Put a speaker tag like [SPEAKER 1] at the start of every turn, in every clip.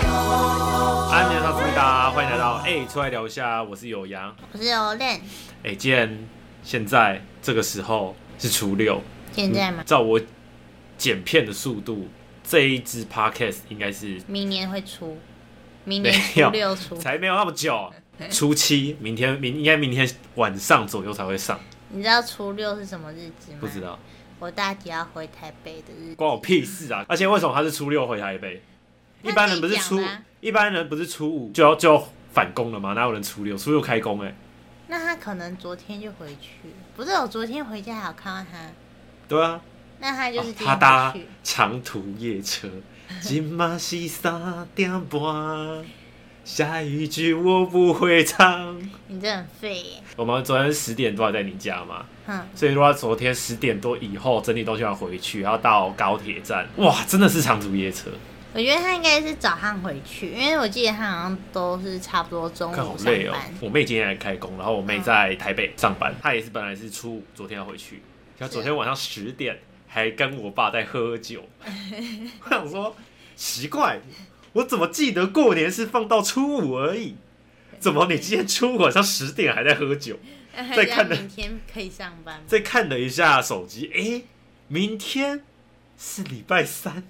[SPEAKER 1] 安全上思密达，欢迎来到哎、出来聊一下，我是有阳。
[SPEAKER 2] 我是哦 Olen，
[SPEAKER 1] 哎、既然现在这个时候是初六，
[SPEAKER 2] 现在吗？
[SPEAKER 1] 照我剪片的速度，这一支 podcast 应该是
[SPEAKER 2] 明年会出，明年
[SPEAKER 1] 没有
[SPEAKER 2] 初六出，
[SPEAKER 1] 才没有那么 久，初七，明天明应该明天晚上左右才会上，
[SPEAKER 2] 你知道初六是什么日子吗？
[SPEAKER 1] 不知。道
[SPEAKER 2] 我大姐要回台北的日子，
[SPEAKER 1] 关我屁事啊！而且为什么他是初六回台北？
[SPEAKER 2] 那
[SPEAKER 1] 一般人不是
[SPEAKER 2] 自己
[SPEAKER 1] 初
[SPEAKER 2] 讲的啊
[SPEAKER 1] 一般人不是初五就要就要返工了吗？哪有人初六初六开工、哎，
[SPEAKER 2] 那她可能昨天就回去，不是我昨天回家还有看到她，
[SPEAKER 1] 对啊，
[SPEAKER 2] 那她就是
[SPEAKER 1] 哦
[SPEAKER 2] 今
[SPEAKER 1] 他
[SPEAKER 2] 天
[SPEAKER 1] 搭
[SPEAKER 2] 回去。
[SPEAKER 1] 长途夜车，今嘛是三点半，下一句我不会唱。
[SPEAKER 2] 你这很废耶，
[SPEAKER 1] 我们昨天十点多还在你家嘛，
[SPEAKER 2] 哼，
[SPEAKER 1] 所以如果昨天十点多以后整理东西要回去，然后到高铁站，哇，真的是长途夜车，
[SPEAKER 2] 我觉得她应该是早上回去，因为我记得她好像都是差不多中
[SPEAKER 1] 看好
[SPEAKER 2] 午上
[SPEAKER 1] 累哦、
[SPEAKER 2] 班。嗯
[SPEAKER 1] 我妹今天来开工，然后我妹在台北上班，她也是本来是初五昨天要回去，然后
[SPEAKER 2] 啊
[SPEAKER 1] 昨天晚上十点还跟我爸在喝 酒，我想说奇怪，我怎么记得过年是放到初五而已，怎么你今天初五晚上十点还在喝酒？
[SPEAKER 2] 那
[SPEAKER 1] 在
[SPEAKER 2] 她
[SPEAKER 1] 看的
[SPEAKER 2] 明天可以上班吗？
[SPEAKER 1] 再看了一下手机，诶，明天是礼拜三，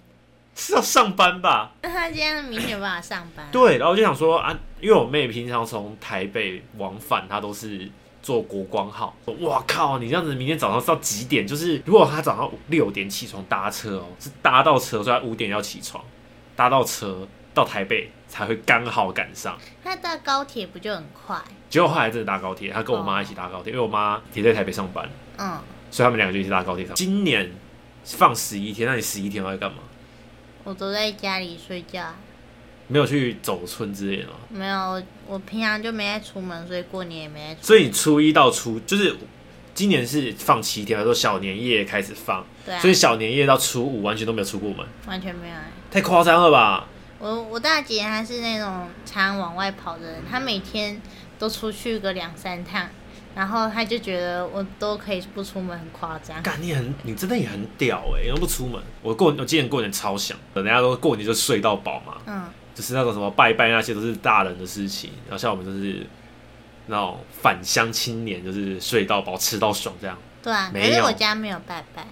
[SPEAKER 1] 是要上班吧？
[SPEAKER 2] 那她今天明天有办法上班？，
[SPEAKER 1] 对，然后我就想说啊，因为我妹平常从台北往返，她都是坐国光号。哇靠，你这样子明天早上是到几点？就是如果她早上五六点起床搭车哦，是搭到车，所以她五点要起床，搭到车到台北才会刚好赶上。
[SPEAKER 2] 她搭高铁不就很快？
[SPEAKER 1] 结果后来真的搭高铁，她跟我妈一起搭高铁，因为我妈也在台北上班，
[SPEAKER 2] 嗯，
[SPEAKER 1] 所以他们两个就一起搭高铁上。今年放十一天，那你十一天要干嘛？
[SPEAKER 2] 我都在家里睡觉啊。
[SPEAKER 1] 没有去走村之类的吗？
[SPEAKER 2] 没有，我我平常就没爱出门，所以过年也没爱出。
[SPEAKER 1] 所以初一到初就是今年是放七天，还是说小年夜开始放？
[SPEAKER 2] 对啊，
[SPEAKER 1] 所以小年夜到初五完全都没有出过门，
[SPEAKER 2] 完全没有爱。
[SPEAKER 1] 太夸张了吧？
[SPEAKER 2] 我我大姐她是那种常往外跑的人，她每天都出去个两三趟，然后她就觉得我都可以不出门，很夸张。
[SPEAKER 1] 干你很，你真的也很屌哎、欸，又不出门。我过我今年过年超想，人家都过年就睡到饱嘛，
[SPEAKER 2] 嗯，
[SPEAKER 1] 就是那种什么拜拜那些都是大人的事情，然后像我们就是那种返乡青年，就是睡到饱吃到爽这样。
[SPEAKER 2] 对啊，可
[SPEAKER 1] 没有
[SPEAKER 2] 是我家没有拜拜，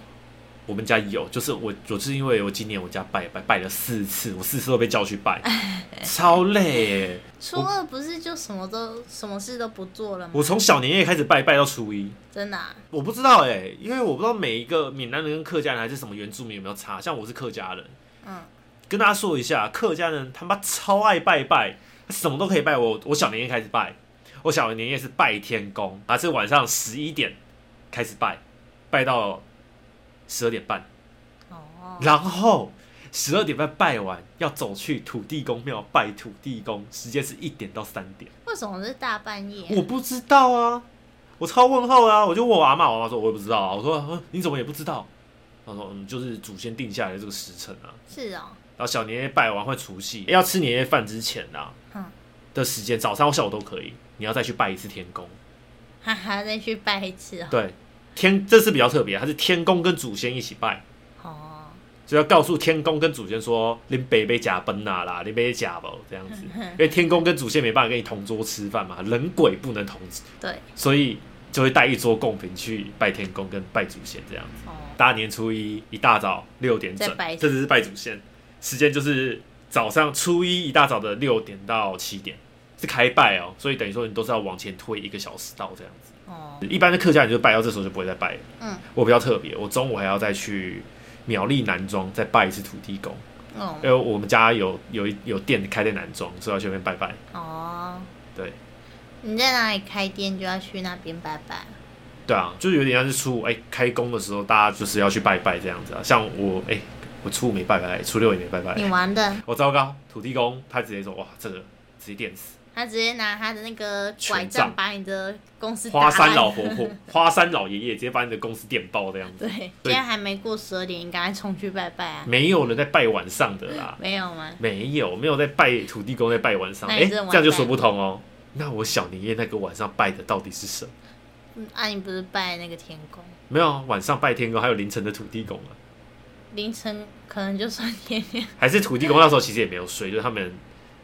[SPEAKER 1] 我们家有，就是我，我是因为我今年我家拜拜拜了四次，我四次都被叫去 拜，超累、欸。
[SPEAKER 2] 初二不是就什么都什么事都不做了吗？
[SPEAKER 1] 我从小年夜开始拜，拜到初一。
[SPEAKER 2] 真的、啊，
[SPEAKER 1] 我不知道哎、因为我不知道每一个闽南人跟客家人还是什么原住民有没有差。像我是客家人，
[SPEAKER 2] 嗯，
[SPEAKER 1] 跟大家说一下，客家人他妈超爱拜拜，什么都可以拜。我我小年夜开始拜，我小年夜是拜天公，还是晚上十一点开始拜，拜到十二点半，
[SPEAKER 2] 哦，
[SPEAKER 1] 然后十二点半拜完要走去土地公庙拜土地公，时间是一点到三点。
[SPEAKER 2] 为什么是大半夜啊、
[SPEAKER 1] 我不知道啊，我超问号啊！我就问我阿妈，我阿妈说我也不知道啊。我说、嗯你怎么也不知道？她说嗯，就是祖先定下来的这个时辰啊。
[SPEAKER 2] 是哦，
[SPEAKER 1] 然后小年夜拜完会除夕，欸要吃年夜饭之前啊
[SPEAKER 2] 嗯，
[SPEAKER 1] 的时间，早上或下午都可以。你要再去拜一次天公，
[SPEAKER 2] 哈哈，再去拜一次哦。
[SPEAKER 1] 对，天这次比较特别，它是天公跟祖先一起拜，
[SPEAKER 2] 哦，
[SPEAKER 1] 就要告诉天公跟祖先说，你北北假奔呐啊啦，你北假不这样子，因为天公跟祖先没办法跟你同桌吃饭嘛，人鬼不能同
[SPEAKER 2] 对，
[SPEAKER 1] 所以就会带一桌贡品去拜天公跟拜祖先这样子。
[SPEAKER 2] 哦，
[SPEAKER 1] 大年初一一大早六点整
[SPEAKER 2] 再拜，
[SPEAKER 1] 这只是拜祖先，时间就是早上初一一大早的六点到七点是开拜哦，所以等于说你都是要往前推一个小时到这样子。
[SPEAKER 2] 哦，
[SPEAKER 1] 一般的客家人就拜到这时候就不会再拜了。
[SPEAKER 2] 嗯，
[SPEAKER 1] 我比较特别，我中午还要再去苗栗南庄再拜一次土地公，因
[SPEAKER 2] 哦，
[SPEAKER 1] 为我们家有有一有店开在南庄，所以要去那边拜拜。
[SPEAKER 2] 哦。
[SPEAKER 1] 对，
[SPEAKER 2] 你在哪里开店就要去那边拜拜。
[SPEAKER 1] 对啊，就是有点像是初五哎、开工的时候，大家就是要去拜拜这样子啊。像我哎、我初五没拜拜，初六也没拜拜
[SPEAKER 2] 你，玩的，
[SPEAKER 1] 我糟糕，土地公他直接说哇这个直接电死，
[SPEAKER 2] 他直接拿他的那个拐
[SPEAKER 1] 权杖
[SPEAKER 2] 杖把你的公司打
[SPEAKER 1] 花
[SPEAKER 2] 烂。
[SPEAKER 1] 山老婆 婆、花山老爷爷直接把你的公司电爆这样子，
[SPEAKER 2] 对，现在还没过十二点，你赶快冲去拜拜啊！
[SPEAKER 1] 没有人在拜晚上的啦，
[SPEAKER 2] 没有吗？
[SPEAKER 1] 没有没有在拜土地公在拜晚上，
[SPEAKER 2] 那
[SPEAKER 1] 哎、
[SPEAKER 2] 你真的
[SPEAKER 1] 这
[SPEAKER 2] 完
[SPEAKER 1] 样就
[SPEAKER 2] 蛋
[SPEAKER 1] 说不通哦。那我小年夜那个晚上拜的到底是什么？
[SPEAKER 2] 嗯啊，你不是拜那个天公？
[SPEAKER 1] 没有啊，晚上拜天公，还有凌晨的土地公啊。
[SPEAKER 2] 凌晨可能就算天亮，
[SPEAKER 1] 还是土地公那时候其实也没有睡，就是他们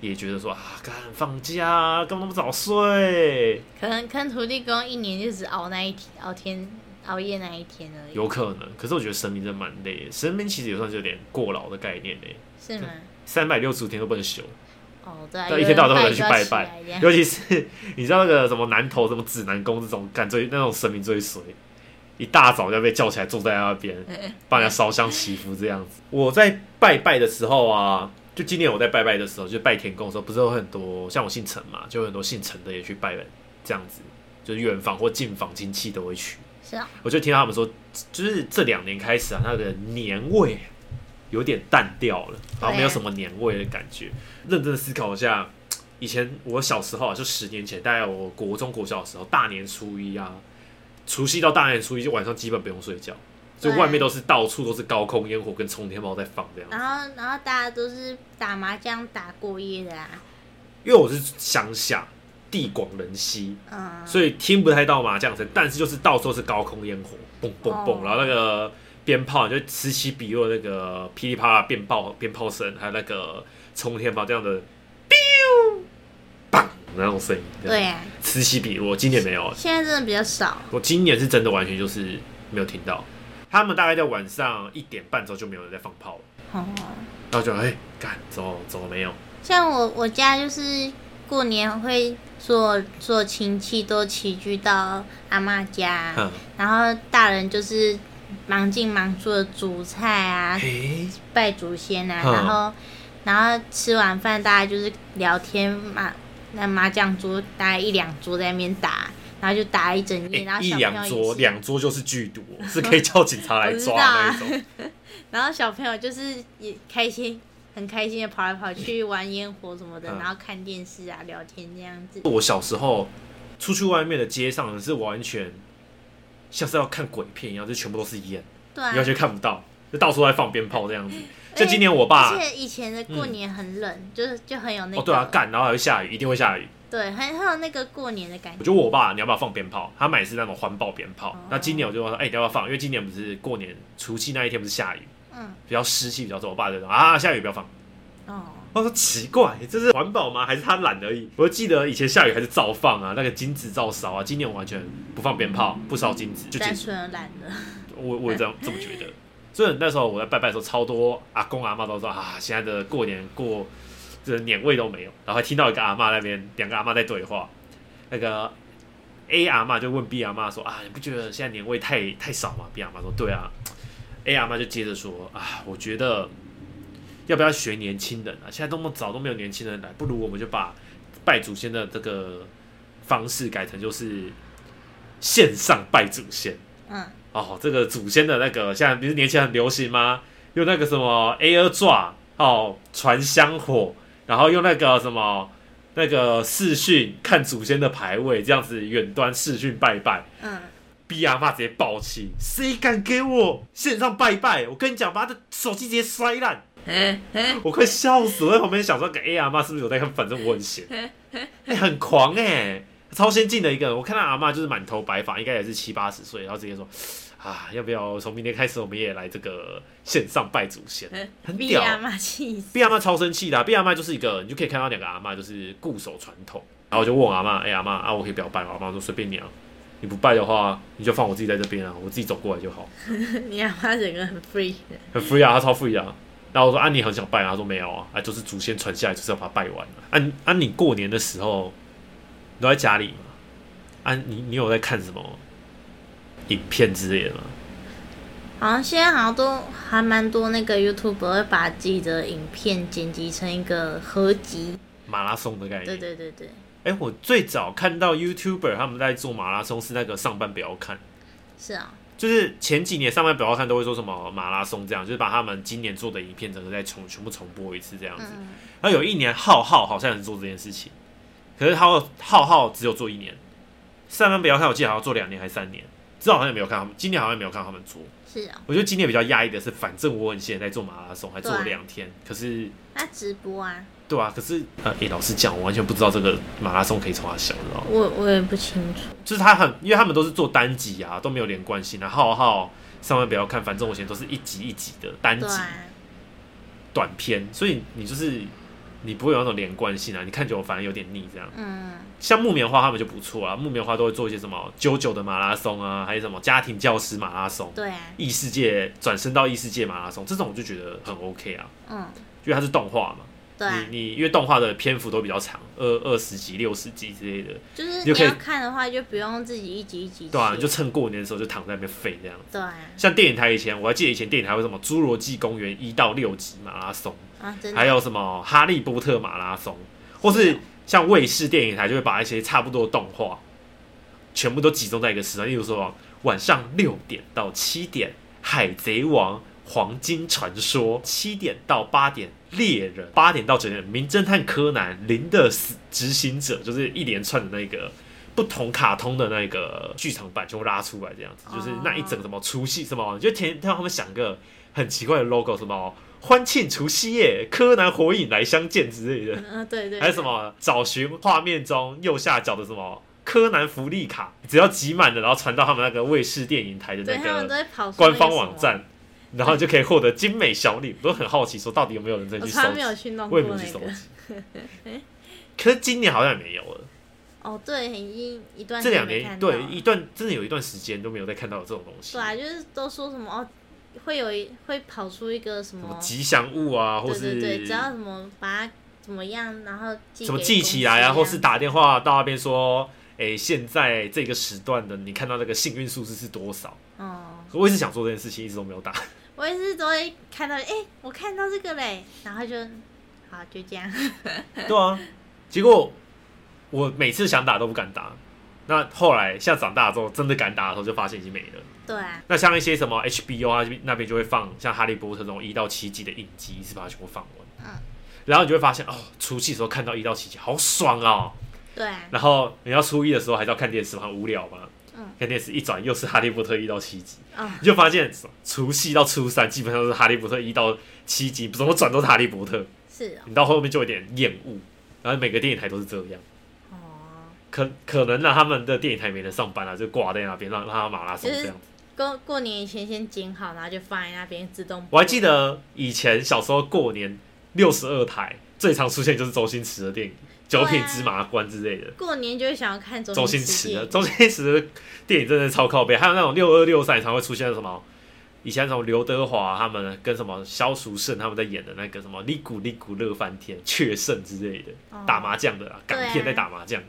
[SPEAKER 1] 也觉得说啊，干放假干嘛那么早睡？
[SPEAKER 2] 可能跟土地公一年就只熬那一天，熬天熬夜那一天而已，
[SPEAKER 1] 有可能。可是我觉得神明真的蛮累的，神明其实也算是有点过劳的概念嘞，欸
[SPEAKER 2] 是吗？
[SPEAKER 1] 三百六十五天都不能休，
[SPEAKER 2] 哦，对啊，
[SPEAKER 1] 对一天到晚都有人去拜拜
[SPEAKER 2] 拜，这样
[SPEAKER 1] 尤其是你知道那个什么南投什么指南宫这种，干最那种神明最衰，一大早就被叫起来坐在那边，
[SPEAKER 2] 呃
[SPEAKER 1] 帮人家烧香祈福这样子。我在拜拜的时候啊，就今年我在拜拜的时候，就拜天公的时候，不是有很多像我姓陈嘛，就有很多姓陈的也去拜拜，这样子，就是远房或近房亲戚都会去。
[SPEAKER 2] 是啊，
[SPEAKER 1] 我就听到他们说，就是这两年开始啊，那个年味有点淡掉了，然后没有什么年味的感觉。认真的思考一下，以前我小时候啊，就十年前，大概我国中、国小的时候，大年初一啊，除夕到大年初一，就晚上基本不用睡觉，就
[SPEAKER 2] 对
[SPEAKER 1] 外面都是到处都是高空烟火跟冲天炮在放这样。
[SPEAKER 2] 然后然后大家都是打麻将打过夜的啊，
[SPEAKER 1] 因为我是乡下，地广人稀，
[SPEAKER 2] 嗯，
[SPEAKER 1] 所以听不太到麻将声，但是就是到处是高空烟火，嘣嘣
[SPEAKER 2] 哦
[SPEAKER 1] 嘣，然后那个鞭炮就此起彼落，那个噼里啪啦鞭炮鞭炮声，还有那个冲天炮这样的 biu，砰那种声音，这样
[SPEAKER 2] 对啊，
[SPEAKER 1] 此起彼落。今年没有，
[SPEAKER 2] 现在真的比较少，
[SPEAKER 1] 我今年是真的完全就是没有听到，他们大概在晚上一点半之后就没有人在放炮了，
[SPEAKER 2] 哦，
[SPEAKER 1] 然后就哎干，怎么怎么没有？
[SPEAKER 2] 像我我家就是过年会做做亲戚都齐聚到阿妈家，
[SPEAKER 1] 哼，
[SPEAKER 2] 然后大人就是忙进忙出的煮菜啊，
[SPEAKER 1] 哎，
[SPEAKER 2] 拜祖先啊，
[SPEAKER 1] 嗯
[SPEAKER 2] 然后然后吃完饭大家就是聊天麻那麻将桌大概一两桌在那边打，然后就打一整夜，然
[SPEAKER 1] 哎
[SPEAKER 2] 后
[SPEAKER 1] 一
[SPEAKER 2] 小朋友
[SPEAKER 1] 两
[SPEAKER 2] 也
[SPEAKER 1] 桌
[SPEAKER 2] 是
[SPEAKER 1] 两桌就是剧毒，是可以叫警察来
[SPEAKER 2] 我知
[SPEAKER 1] 抓
[SPEAKER 2] 道啊
[SPEAKER 1] 那一种。
[SPEAKER 2] 然后小朋友就是也开心，很开心的跑来跑去玩烟火什么的，
[SPEAKER 1] 嗯哦
[SPEAKER 2] 然后看电视啊、聊天这样子。
[SPEAKER 1] 我小时候出去外面的街上是完全像是要看鬼片一样，就全部都是烟，
[SPEAKER 2] 对啊
[SPEAKER 1] 你，完全看不到，就到处在放鞭炮这样子。
[SPEAKER 2] 而
[SPEAKER 1] 就
[SPEAKER 2] 且
[SPEAKER 1] 今年我爸
[SPEAKER 2] 而且以前的过年很冷，就是就很有那个、
[SPEAKER 1] 啊哦对啊干，然后还会下雨，一定会下雨。
[SPEAKER 2] 对很很有那个过年的感
[SPEAKER 1] 我
[SPEAKER 2] 觉。
[SPEAKER 1] 就问我爸你要不要放鞭炮，他买的是那种环保鞭炮
[SPEAKER 2] 哦。
[SPEAKER 1] 那今年我就问他说，哎、你要不要放？因为今年不是过年除夕那一天不是下雨，
[SPEAKER 2] 嗯，
[SPEAKER 1] 比较湿气比较重，我爸就说啊下雨不要放。
[SPEAKER 2] 哦，
[SPEAKER 1] 我说奇怪，这是环保吗？还是他懒而已？我记得以前下雨还是照放啊，那个金子照烧啊。今年我完全不放鞭炮，不烧金子，就结
[SPEAKER 2] 单
[SPEAKER 1] 束。
[SPEAKER 2] 纯的懒了。
[SPEAKER 1] 我我也这样这么觉得。所以那时候我在拜拜的时候，超多阿公阿妈都说啊，现在的过年过这年味都没有。然后还听到一个阿妈那边两个阿妈在对话，那个 A 阿妈就问 B 阿妈说啊，你不觉得现在年味太太少吗？B 阿妈说对啊。A 阿妈就接着说啊，我觉得要不要学年轻人啊？现在那么早都没有年轻人来，不如我们就把拜祖先的这个方式改成就是线上拜祖先。
[SPEAKER 2] 嗯，
[SPEAKER 1] 哦，这个祖先的那个，现在不是年轻人很流行吗？用那个什么 air 抓哦，传香火，然后用那个什么那个视讯看祖先的牌位，这样子远端视讯拜拜。
[SPEAKER 2] 嗯，
[SPEAKER 1] 逼阿妈直接暴气，谁敢给我线上拜拜？我跟你讲，把他的手机直接摔烂！我快笑死了，我在旁边想说，哎、阿妈是不是有在看？反正我很闲，哎、很狂哎、超先进的一个人。我看到阿妈就是满头白发，应该也是七八十岁，然后直接说，啊，要不要从明天开始我们也来这个线上拜祖先？很
[SPEAKER 2] 逼
[SPEAKER 1] 屌。
[SPEAKER 2] 阿妈气死。
[SPEAKER 1] 毕阿妈超生气的、啊，毕阿妈就是一个，你就可以看到两个阿妈就是固守传统，然后我就问我阿妈，哎、阿妈啊，我可以不要拜吗？我妈说随便你啊，你不拜的话，你就放我自己在这边啊，我自己走过来就好，
[SPEAKER 2] 你阿妈整个很 free 的。
[SPEAKER 1] 很 free 啊，她超 free 的啊。然后我说啊，你很想拜啊？她说没有啊，啊就是祖先传下来就是要把它拜完啊。啊你啊，你过年的时候你都在家里吗？啊，你你有在看什么影片之类的吗？
[SPEAKER 2] 好像现在好像都还蛮多那个 YouTube 会把自己的影片剪辑成一个合集。
[SPEAKER 1] 马拉松的概念。
[SPEAKER 2] 对对对对，
[SPEAKER 1] 哎、我最早看到 YouTuber 他们在做马拉松是那个上班不要看。
[SPEAKER 2] 是啊、
[SPEAKER 1] 就是前几年上班不要看都会说什么马拉松这样，就是把他们今年做的影片整个再重全部重播一次这样子。
[SPEAKER 2] 嗯，
[SPEAKER 1] 然后有一年浩浩好像也是做这件事情，可是浩浩浩只有做一年，上班不要看我记得好像做两年还是三年，之后好像也没有看他们，今年好像没有看他们做。
[SPEAKER 2] 是啊、
[SPEAKER 1] 我觉得今年比较压抑的是，反正我很闲在做马拉松，还做了两天，可是
[SPEAKER 2] 那直播啊，
[SPEAKER 1] 对啊，可是呃，诶、老实讲，我完全不知道这个马拉松可以从哪想，你知道吗？
[SPEAKER 2] 我我也不清楚。
[SPEAKER 1] 就是他很，因为他们都是做单集啊，都没有连贯性啊。浩浩上班不要看，反正我以前都是一集一集的单
[SPEAKER 2] 对
[SPEAKER 1] 集
[SPEAKER 2] 啊，
[SPEAKER 1] 短片，所以你就是你不会有那种连贯性啊，你看久了反而有点腻这样。
[SPEAKER 2] 嗯，
[SPEAKER 1] 像木棉花他们就不错啊，木棉花都会做一些什么九九的马拉松啊，还有什么家庭教师马拉松、
[SPEAKER 2] 对啊，
[SPEAKER 1] 异世界转身到异世界马拉松，这种我就觉得很 OK 啊，
[SPEAKER 2] 嗯，
[SPEAKER 1] 因为它是动画嘛。
[SPEAKER 2] 对啊，
[SPEAKER 1] 你你因为动画的篇幅都比较长，二二十集、六十集之类的，
[SPEAKER 2] 就是
[SPEAKER 1] 你就
[SPEAKER 2] 你
[SPEAKER 1] 可以
[SPEAKER 2] 要看的话，就不用自己一集一集
[SPEAKER 1] 对啊，
[SPEAKER 2] 切
[SPEAKER 1] 你就趁过年的时候就躺在那边废这样。
[SPEAKER 2] 对啊，
[SPEAKER 1] 像电影台以前，我还记得以前电影台会什么《侏罗纪公园》一到六集马拉松，
[SPEAKER 2] 啊，真的，
[SPEAKER 1] 还 有什么《哈利波特》马拉松，或是像卫视电影台就会把一些差不多的动画全部都集中在一个时段，例如说晚上六点到七点，《海贼王》。黄金传说七点到八点，猎人八点到九点，名侦探柯南零的死执行者，就是一连串的那个不同卡通的那个剧场版就拉出来，这样子，就是那一整什么除夕什么，就天天他们想个很奇怪的 logo，什么欢庆除夕夜，柯南火影来相见之类的，
[SPEAKER 2] 嗯，对对，
[SPEAKER 1] 还有什么找寻画面中右下角的什么柯南福利卡，只要集满了，然后传到他们那个卫视电影台的
[SPEAKER 2] 对？对
[SPEAKER 1] 那
[SPEAKER 2] 他们都
[SPEAKER 1] 个
[SPEAKER 2] 会跑出那
[SPEAKER 1] 官
[SPEAKER 2] 个
[SPEAKER 1] 方
[SPEAKER 2] 什
[SPEAKER 1] 网
[SPEAKER 2] 么，
[SPEAKER 1] 站，然后就可以获得精美小礼。我都很好奇，说到底有没有人在
[SPEAKER 2] 我
[SPEAKER 1] 去
[SPEAKER 2] 从
[SPEAKER 1] 收
[SPEAKER 2] 来没有
[SPEAKER 1] 集？
[SPEAKER 2] 去弄
[SPEAKER 1] 我
[SPEAKER 2] 过
[SPEAKER 1] 也没有去
[SPEAKER 2] 那
[SPEAKER 1] 收
[SPEAKER 2] 个。
[SPEAKER 1] 集。 可是今年好像也没有了，
[SPEAKER 2] 哦，对，已经一段
[SPEAKER 1] 这
[SPEAKER 2] 时间
[SPEAKER 1] 两
[SPEAKER 2] 没看
[SPEAKER 1] 年
[SPEAKER 2] 到
[SPEAKER 1] 对
[SPEAKER 2] 了
[SPEAKER 1] 一段真的有一段时间都没有再看到有这种东西。
[SPEAKER 2] 对啊，就是都说什么哦，会有一会跑出一个什
[SPEAKER 1] 什么
[SPEAKER 2] 么，
[SPEAKER 1] 吉祥物啊，或
[SPEAKER 2] 对
[SPEAKER 1] 是
[SPEAKER 2] 对对，只要什么把它怎么样，然后寄
[SPEAKER 1] 什么
[SPEAKER 2] 给
[SPEAKER 1] 记
[SPEAKER 2] 公
[SPEAKER 1] 起
[SPEAKER 2] 司
[SPEAKER 1] 来啊，
[SPEAKER 2] 这
[SPEAKER 1] 或
[SPEAKER 2] 样
[SPEAKER 1] 是打电话到那边说，哎、现在这个时段的你看到那个幸运数字是多少？
[SPEAKER 2] 哦，
[SPEAKER 1] 我一直想做这件事情，一直都没 有打。
[SPEAKER 2] 我也是都会看到，哎、我看到这个嘞，然后就好就这样，
[SPEAKER 1] 对啊，结果我每次想打都不敢打。那后来现在长大之后，真的敢打的时候，就发现已经没了。
[SPEAKER 2] 对啊，
[SPEAKER 1] 那像一些什么 HBO 啊那边就会放像《哈利波特》这种一到七集的影集，一次把它全部放完。
[SPEAKER 2] 嗯
[SPEAKER 1] 然后你就会发现哦，除夕的时候看到一到七集，好爽哦。
[SPEAKER 2] 对啊，
[SPEAKER 1] 然后你要初一的时候还是要看电视嘛，很无聊嘛。
[SPEAKER 2] 嗯
[SPEAKER 1] 看电视一转又是《哈利波特》一到七集，
[SPEAKER 2] 哦，
[SPEAKER 1] 你就发现除夕到初三基本上都是《哈利波特》一到七集，怎么转都是《哈利波特》，
[SPEAKER 2] 是哦
[SPEAKER 1] 你到后面就有点厌恶。然后每个电影台都是这样，
[SPEAKER 2] 哦，哦，
[SPEAKER 1] 可可能让他们的电影台没人上班了、就挂在那边让让他马拉松这样。
[SPEAKER 2] 过过年以前先剪好，然后就放在那边自动播。
[SPEAKER 1] 我还记得以前小时候过年六十二台最常出现就是周星驰的电影《九品芝麻官》之类的。
[SPEAKER 2] 过年就会想要看周
[SPEAKER 1] 周
[SPEAKER 2] 星
[SPEAKER 1] 星
[SPEAKER 2] 驰
[SPEAKER 1] 驰
[SPEAKER 2] 电
[SPEAKER 1] 的
[SPEAKER 2] 影，
[SPEAKER 1] 周星驰的电影真的是超靠背，还有那种六二六三常会出现什么，以前那种刘德华他们跟什么萧淑慎他们在演的那个什么《利古利古乐翻天》《雀圣》之类的，
[SPEAKER 2] 哦
[SPEAKER 1] 打麻将的啦，
[SPEAKER 2] 对啊
[SPEAKER 1] 港片在打麻将的，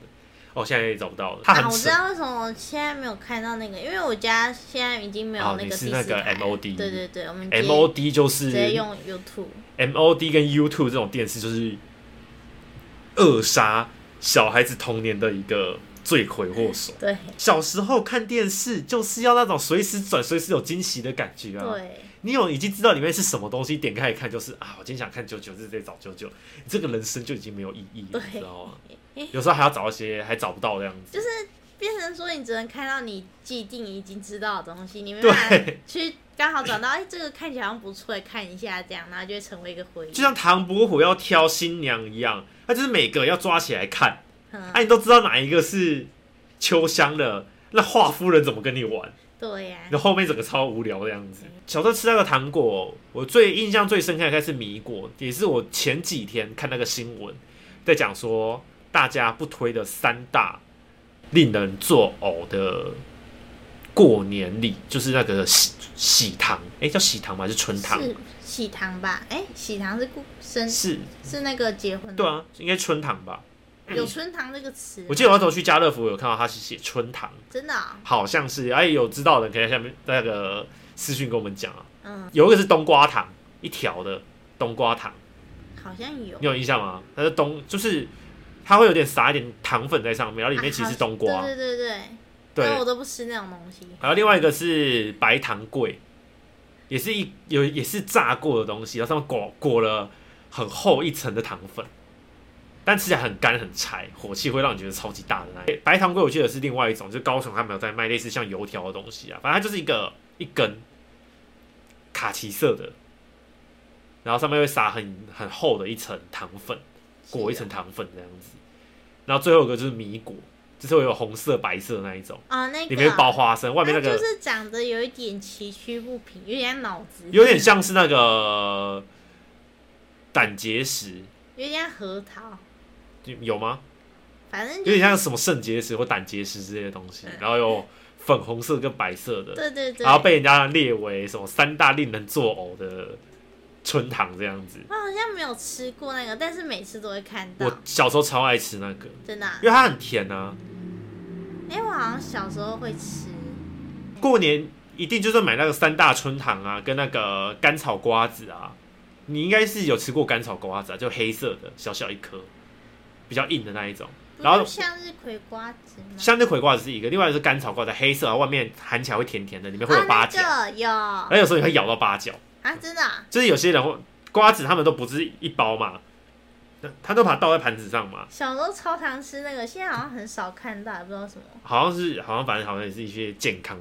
[SPEAKER 1] 哦，现在也找不到了，他
[SPEAKER 2] 啊，
[SPEAKER 1] 很
[SPEAKER 2] 我知
[SPEAKER 1] 扯。
[SPEAKER 2] 道为什么我现在没有看到那个，因为我家现在已经没有
[SPEAKER 1] 哦
[SPEAKER 2] 那
[SPEAKER 1] 你
[SPEAKER 2] 个
[SPEAKER 1] 是
[SPEAKER 2] 第
[SPEAKER 1] 那
[SPEAKER 2] 四
[SPEAKER 1] 个
[SPEAKER 2] 台了。
[SPEAKER 1] MOD
[SPEAKER 2] 对对对，我们直接
[SPEAKER 1] M O D 就
[SPEAKER 2] 哎直
[SPEAKER 1] 是
[SPEAKER 2] 接用 YouTube。
[SPEAKER 1] M O D 跟 YouTube 这种电视就是扼杀小孩子童年的一个罪魁祸首。
[SPEAKER 2] 对
[SPEAKER 1] 小时候看电视就是要那种随时转、随时有惊喜的感觉啊！
[SPEAKER 2] 对，
[SPEAKER 1] 你有已经知道里面是什么东西，点开一看就是啊，我今天想看九九，就直接找九九，你这个人生就已经没有意义了，
[SPEAKER 2] 对
[SPEAKER 1] 你知道吗？有时候还要找一些还找不到的样子，
[SPEAKER 2] 变成说你只能看到你既定已经知道的东西，你没
[SPEAKER 1] 对
[SPEAKER 2] 办法去刚好找到，哎，这个看起来好像不错，看一下这样，然后就会成为一个回忆。
[SPEAKER 1] 就像唐伯虎要挑新娘一样，他就是每个要抓起来看，
[SPEAKER 2] 嗯，
[SPEAKER 1] 哎、你都知道哪一个是秋香的，那华夫人怎么跟你玩？
[SPEAKER 2] 对呀、
[SPEAKER 1] 然后后面整个超无聊的样子。小时候吃那个糖果，我最印象最深刻的应该是米果，也是我前几天看那个新闻，在讲说大家不推的三大令人作呕的过年礼，就是那个喜喜糖，诶，叫喜糖吗？还是纯糖？
[SPEAKER 2] 是喜糖吧？哎，喜糖是故生
[SPEAKER 1] 是，
[SPEAKER 2] 是那个结婚的
[SPEAKER 1] 对啊，应该春糖吧。
[SPEAKER 2] 有春糖这个词吗，啊
[SPEAKER 1] 我记得我那时候去家乐福有看到他是写春糖，
[SPEAKER 2] 真的哦、
[SPEAKER 1] 好像是，哎，有知道的人可以在下面那个私讯跟我们讲啊。
[SPEAKER 2] 嗯，
[SPEAKER 1] 有一个是冬瓜糖，一条的冬瓜糖，
[SPEAKER 2] 好像有啊
[SPEAKER 1] 你。有印象吗？它是冬，就是它会有点撒一点糖粉在上面，然后里面其实是冬瓜。
[SPEAKER 2] 啊好对对对对，
[SPEAKER 1] 对，
[SPEAKER 2] 但我都不吃那种东西。
[SPEAKER 1] 还有另外一个是白糖桂，也是一有也是炸过的东西，然后上面裹裹了很厚一层的糖粉，但吃起来很干很柴，火气会让你觉得超级大的那一种。白糖桂我记得是另外一种，就是高雄他们有在卖类似像油条的东西啊，反正它就是一个一根卡其色的，然后上面会撒很很厚的一层糖粉，裹一层糖粉这样子。然后最后一个就是米果，就是会有红色、白色那一种，
[SPEAKER 2] 啊、那个
[SPEAKER 1] 里面包花生，外面那
[SPEAKER 2] 它
[SPEAKER 1] 个
[SPEAKER 2] 就是长得有一点崎岖不平，有点脑子，
[SPEAKER 1] 有点像是那个胆结石，
[SPEAKER 2] 有点像核桃，
[SPEAKER 1] 有吗？
[SPEAKER 2] 反正
[SPEAKER 1] 有
[SPEAKER 2] 就
[SPEAKER 1] 点像什么肾结石或胆结石之类的东西，然后有粉红色跟白色的，
[SPEAKER 2] 对对对，
[SPEAKER 1] 然后被人家列为什么三大令人作呕的春糖这样子。
[SPEAKER 2] 我好像没有吃过那个，但是每次都会看到
[SPEAKER 1] 我，小时候超爱吃那个，
[SPEAKER 2] 真的、啊
[SPEAKER 1] 因。为它很甜啊。
[SPEAKER 2] 哎、我好像小时候会吃，
[SPEAKER 1] 过年一定就是买那个三大春糖啊，跟那个甘草瓜子啊。你应该是有吃过甘草瓜子啊，就黑色的，小小一颗，比较硬的那一种。
[SPEAKER 2] 不
[SPEAKER 1] 然后
[SPEAKER 2] 就像是葵瓜子吗？
[SPEAKER 1] 像那葵瓜子是一个，另外就是甘草瓜子，黑色啊，外面含起来会甜甜的，里面会有
[SPEAKER 2] 啊
[SPEAKER 1] 八
[SPEAKER 2] 那
[SPEAKER 1] 角，
[SPEAKER 2] 个有啊，
[SPEAKER 1] 然后有时候你会咬到八角。
[SPEAKER 2] 真的啊、
[SPEAKER 1] 就是有些人会瓜子，他们都不是一包嘛，那他都把它倒在盘子上嘛，
[SPEAKER 2] 小时候超常吃那个，现在好像很少看到，也不知道什么。
[SPEAKER 1] 好像是好像反正好像也是一些健康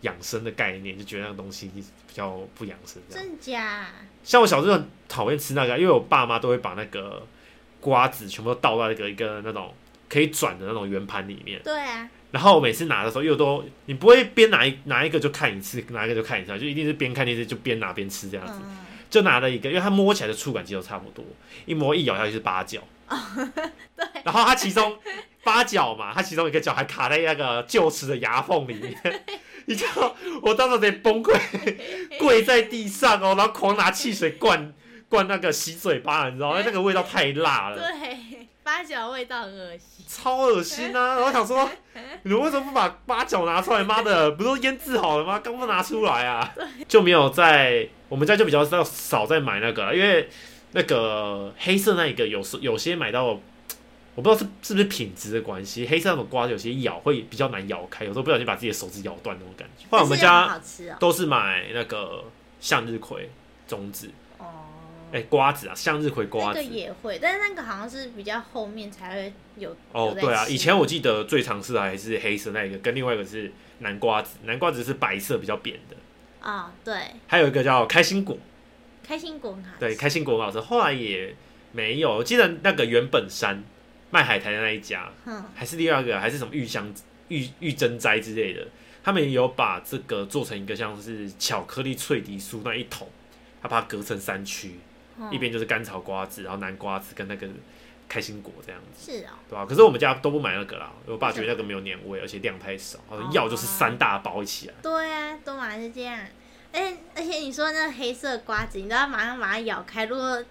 [SPEAKER 1] 养生的概念，就觉得那个东西比较不养生这样。
[SPEAKER 2] 真假啊？
[SPEAKER 1] 像我小时候很讨厌吃那个，因为我爸妈都会把那个瓜子全部都倒到一个一个那种可以转的那种圆盘里面，
[SPEAKER 2] 对啊，
[SPEAKER 1] 然后我每次拿的时候又都你不会边拿一拿一个就看一次，拿一个就看一次，就一定是边看电视就边拿边吃这样子。
[SPEAKER 2] 嗯，
[SPEAKER 1] 就拿了一个，因为它摸起来的触感其实都差不多，一摸一咬下去是八角。对。然后它其中八角嘛，它其中一个角还卡在那个臼齿的牙缝里面，你知道，我当时得崩溃，跪在地上哦，然后狂拿汽水灌灌那个洗嘴巴，你知道吗，那个味道太辣了。
[SPEAKER 2] 对，八角味道很恶心。
[SPEAKER 1] 超恶心啊！然后想说，你们为什么不把八角拿出来？妈的，不是都腌制好了吗？刚不拿出来啊？就没有在我们家就比较少少在买那个了，因为那个黑色那一个有时有些买到，我不知道是是不是品质的关系，黑色那种瓜有些咬会比较难咬开，有时候不小心把自己的手指咬断那种感觉。后来我们
[SPEAKER 2] 但是也很
[SPEAKER 1] 家
[SPEAKER 2] 好吃哦。
[SPEAKER 1] 都是买那个向日葵种子，
[SPEAKER 2] 哦，
[SPEAKER 1] 哎、瓜子啊，向日葵瓜
[SPEAKER 2] 那
[SPEAKER 1] 子
[SPEAKER 2] 个。也会，但是那个好像是比较后面才会有。
[SPEAKER 1] 哦
[SPEAKER 2] 有，在
[SPEAKER 1] 对啊，
[SPEAKER 2] 吃
[SPEAKER 1] 以前我记得最常吃的还是黑色那一个，跟另外一个是南瓜子，南瓜子是白色比较扁的，
[SPEAKER 2] 啊、对，
[SPEAKER 1] 还有一个叫开心果，
[SPEAKER 2] 开心果很好吃。
[SPEAKER 1] 对，开心果很好吃，后来也没有，我记得那个原本山卖海苔的那一家，
[SPEAKER 2] 嗯，
[SPEAKER 1] 还是另外一个，还是什么玉香玉玉珍斋之类的，他们也有把这个做成一个像是巧克力脆皮酥那一桶，他把它隔成三区，
[SPEAKER 2] 嗯
[SPEAKER 1] 一边就是甘草瓜子，然后南瓜子跟那个开心果这样子。
[SPEAKER 2] 是哦，
[SPEAKER 1] 对吧、可是我们家都不买那个啦，我爸觉得那个没有年味，而且量太少，他
[SPEAKER 2] 哦
[SPEAKER 1] 说要就是三大包一起来。
[SPEAKER 2] 对啊，都马是这样。而且而且你说那个黑色瓜子，你都要马上把它咬开，如果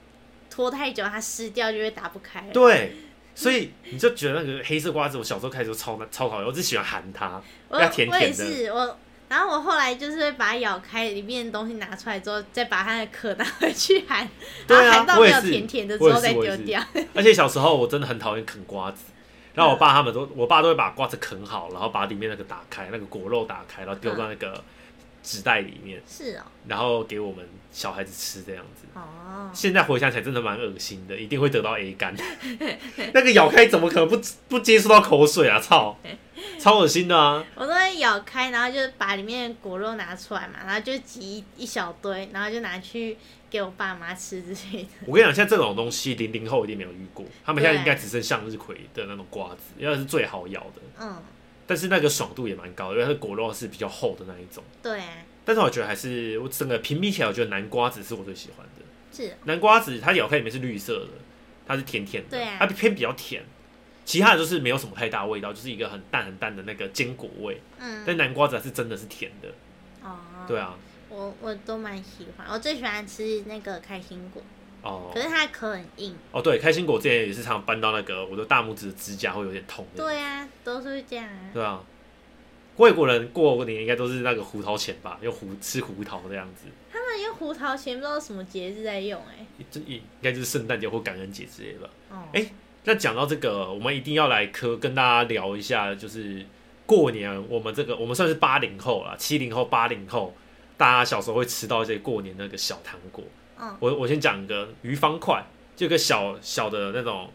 [SPEAKER 2] 拖太久它湿掉就会打不开了。
[SPEAKER 1] 对，所以你就觉得那个黑色瓜子，我小时候开始都超难超讨厌，我只喜欢含它。
[SPEAKER 2] 我
[SPEAKER 1] 要甜
[SPEAKER 2] 哦我也
[SPEAKER 1] 甜的
[SPEAKER 2] 是我。然后我后来就是会把它咬开，里面的东西拿出来之后，再把它的壳拿回去含，
[SPEAKER 1] 对
[SPEAKER 2] 然后
[SPEAKER 1] 啊
[SPEAKER 2] 含，到
[SPEAKER 1] 我
[SPEAKER 2] 没
[SPEAKER 1] 也
[SPEAKER 2] 有
[SPEAKER 1] 是
[SPEAKER 2] 甜甜的之
[SPEAKER 1] 我也
[SPEAKER 2] 后
[SPEAKER 1] 是
[SPEAKER 2] 再
[SPEAKER 1] 我也
[SPEAKER 2] 丢
[SPEAKER 1] 是
[SPEAKER 2] 掉。
[SPEAKER 1] 而且小时候我真的很讨厌啃瓜子，然后我爸他们
[SPEAKER 2] 嗯
[SPEAKER 1] 都，我爸都会把瓜子啃好，然后把里面那个打开，那个果肉打开，然后丢到那个纸袋里面，
[SPEAKER 2] 是哦，
[SPEAKER 1] 然后给我们小孩子吃这样子。
[SPEAKER 2] 哦，
[SPEAKER 1] 现在回想起来真的蛮恶心的，一定会得到 A 肝。 那个咬开怎么可能不不接触到口水啊？ 操，超恶心的啊！
[SPEAKER 2] 我都会咬开，然后就把里面的果肉拿出来嘛，然后就挤一一小堆，然后就拿去给我爸妈吃之类的。
[SPEAKER 1] 我跟你讲，现在这种东西零零后一定没有遇过，他们现在
[SPEAKER 2] 对
[SPEAKER 1] 应该只剩向日葵的那种瓜子，因为是最好咬的，
[SPEAKER 2] 嗯，
[SPEAKER 1] 但是那个爽度也蛮高的，因为它的果肉是比较厚的那一种。
[SPEAKER 2] 对啊，
[SPEAKER 1] 但是我觉得还是我整个评比起来，我觉得南瓜子是我最喜欢的。
[SPEAKER 2] 是哦
[SPEAKER 1] 南瓜子它咬开里面是绿色的，它是甜甜的，
[SPEAKER 2] 对啊
[SPEAKER 1] 它偏比较甜。其他的就是没有什么太大味道，就是一个很淡很淡的那个坚果味。
[SPEAKER 2] 嗯，
[SPEAKER 1] 但南瓜子是真的是甜的，
[SPEAKER 2] 哦，
[SPEAKER 1] 对啊，
[SPEAKER 2] 我我都蛮喜欢，我最喜欢吃那个开心果，
[SPEAKER 1] 哦
[SPEAKER 2] 可是它的壳很硬。
[SPEAKER 1] 哦，对，开心果之前也是常搬到那个我的大拇指的指甲会有点痛，
[SPEAKER 2] 对啊，都是这样啊。
[SPEAKER 1] 对啊，外国人过年应该都是那个胡桃钳吧，用胡吃胡桃这样子，
[SPEAKER 2] 他们用胡桃钳不知道什么节日在用哎、
[SPEAKER 1] 这应该就是圣诞节或感恩节之类的吧。
[SPEAKER 2] 哦，
[SPEAKER 1] 哎那讲到这个，我们一定要来科跟大家聊一下，就是过年我们这个我们算是八零后啦，七零后、八零后，大家小时候会吃到一些过年那个小糖果。
[SPEAKER 2] 嗯
[SPEAKER 1] 我我先讲一个鱼方块，就有个小小的那种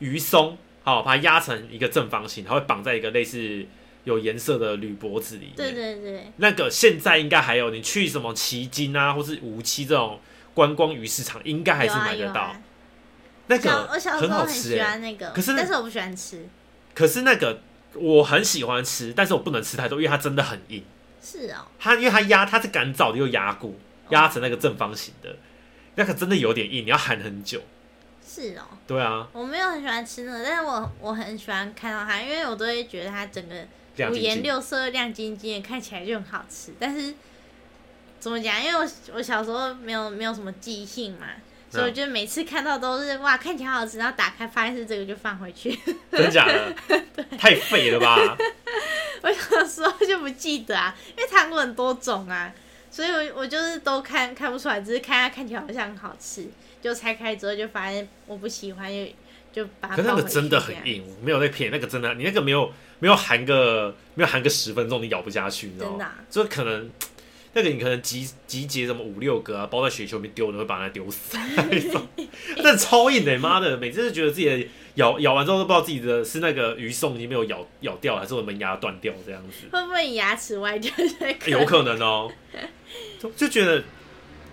[SPEAKER 1] 鱼松，好，把它压成一个正方形，它会绑在一个类似有颜色的铝箔纸里面。
[SPEAKER 2] 对对对，
[SPEAKER 1] 那个现在应该还有，你去什么旗津啊，或是无锡这种观光鱼市场，应该还
[SPEAKER 2] 有
[SPEAKER 1] 是
[SPEAKER 2] 啊
[SPEAKER 1] 买
[SPEAKER 2] 有
[SPEAKER 1] 得到。
[SPEAKER 2] 啊。
[SPEAKER 1] 那个
[SPEAKER 2] 小我小时
[SPEAKER 1] 很
[SPEAKER 2] 候
[SPEAKER 1] 好
[SPEAKER 2] 很
[SPEAKER 1] 吃
[SPEAKER 2] 喜
[SPEAKER 1] 哎、
[SPEAKER 2] 欢那个，
[SPEAKER 1] 可是那
[SPEAKER 2] 但是我不喜欢吃。
[SPEAKER 1] 可是那个我很喜欢吃，但是我不能吃太多，因为它真的很硬。
[SPEAKER 2] 是哦，
[SPEAKER 1] 它因为它压它是干燥的，又压过，压成那个正方形的，那个真的有点硬，你要含很久。
[SPEAKER 2] 是哦，
[SPEAKER 1] 对啊，
[SPEAKER 2] 我没有很喜欢吃那个，但是我我很喜欢看到它，因为我都会觉得它整个
[SPEAKER 1] 亮
[SPEAKER 2] 五
[SPEAKER 1] 晶
[SPEAKER 2] 颜
[SPEAKER 1] 晶。
[SPEAKER 2] 六色、亮晶晶的，看起来就很好吃。但是怎么讲？因为我我小时候没有没有什么记性嘛，所以我
[SPEAKER 1] 嗯
[SPEAKER 2] 觉得每次看到都是哇，看起来好好吃，然后打开发现是这个就放回去，
[SPEAKER 1] 真假的？太废了吧！
[SPEAKER 2] 我有时候就不记得啊，因为糖果很多种啊，所以我我就是都看看不出来，只是看它看起来好像很好吃，就拆开之后就发现我不喜欢，就就把它
[SPEAKER 1] 可是那
[SPEAKER 2] 放
[SPEAKER 1] 个
[SPEAKER 2] 回去这
[SPEAKER 1] 真
[SPEAKER 2] 样。
[SPEAKER 1] 的很硬，我没有在骗你，那个真的，你那个没有没有含个没有含个十分钟，你咬不下去，你知道
[SPEAKER 2] 真的
[SPEAKER 1] 吗？
[SPEAKER 2] 啊
[SPEAKER 1] 就可能那个你可能集集结什么五六个啊，包在雪球里面丢，你会把它丢死那 种。那超硬的、妈的！每次就觉得自己的咬咬完之后都不知道自己的是那个鱼送已经没有咬咬掉，还是我的门牙断掉这样子。
[SPEAKER 2] 会不会你牙齿歪 掉在
[SPEAKER 1] 欸 有可能哦、就就觉得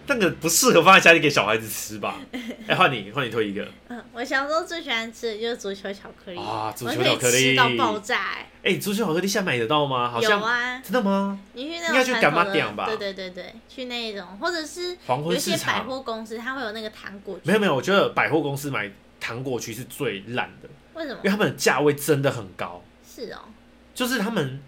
[SPEAKER 1] 那个不适合放在家里给小孩子吃 吧。哎、换你换你推一个。
[SPEAKER 2] 嗯，我小时候最喜欢吃的就是足球巧克力
[SPEAKER 1] 啊足球
[SPEAKER 2] 我可以
[SPEAKER 1] 巧克力
[SPEAKER 2] 吃到爆炸、欸。
[SPEAKER 1] 哎、足球巧克力现在买得到吗？好
[SPEAKER 2] 有
[SPEAKER 1] 像、
[SPEAKER 2] 啊，
[SPEAKER 1] 真的吗？
[SPEAKER 2] 你去
[SPEAKER 1] 应
[SPEAKER 2] 那种
[SPEAKER 1] 该去
[SPEAKER 2] 传
[SPEAKER 1] 干妈
[SPEAKER 2] 统的
[SPEAKER 1] 店吧
[SPEAKER 2] 对对对对，去那种，或者是
[SPEAKER 1] 黄
[SPEAKER 2] 有
[SPEAKER 1] 昏
[SPEAKER 2] 一
[SPEAKER 1] 市
[SPEAKER 2] 些百
[SPEAKER 1] 场
[SPEAKER 2] 货公司，它会有那个糖果区。
[SPEAKER 1] 没有没有，我觉得百货公司买糖果区是最烂的，
[SPEAKER 2] 为什
[SPEAKER 1] 因
[SPEAKER 2] 么
[SPEAKER 1] 为？他们的价位真的很高，
[SPEAKER 2] 是哦，
[SPEAKER 1] 就是他们，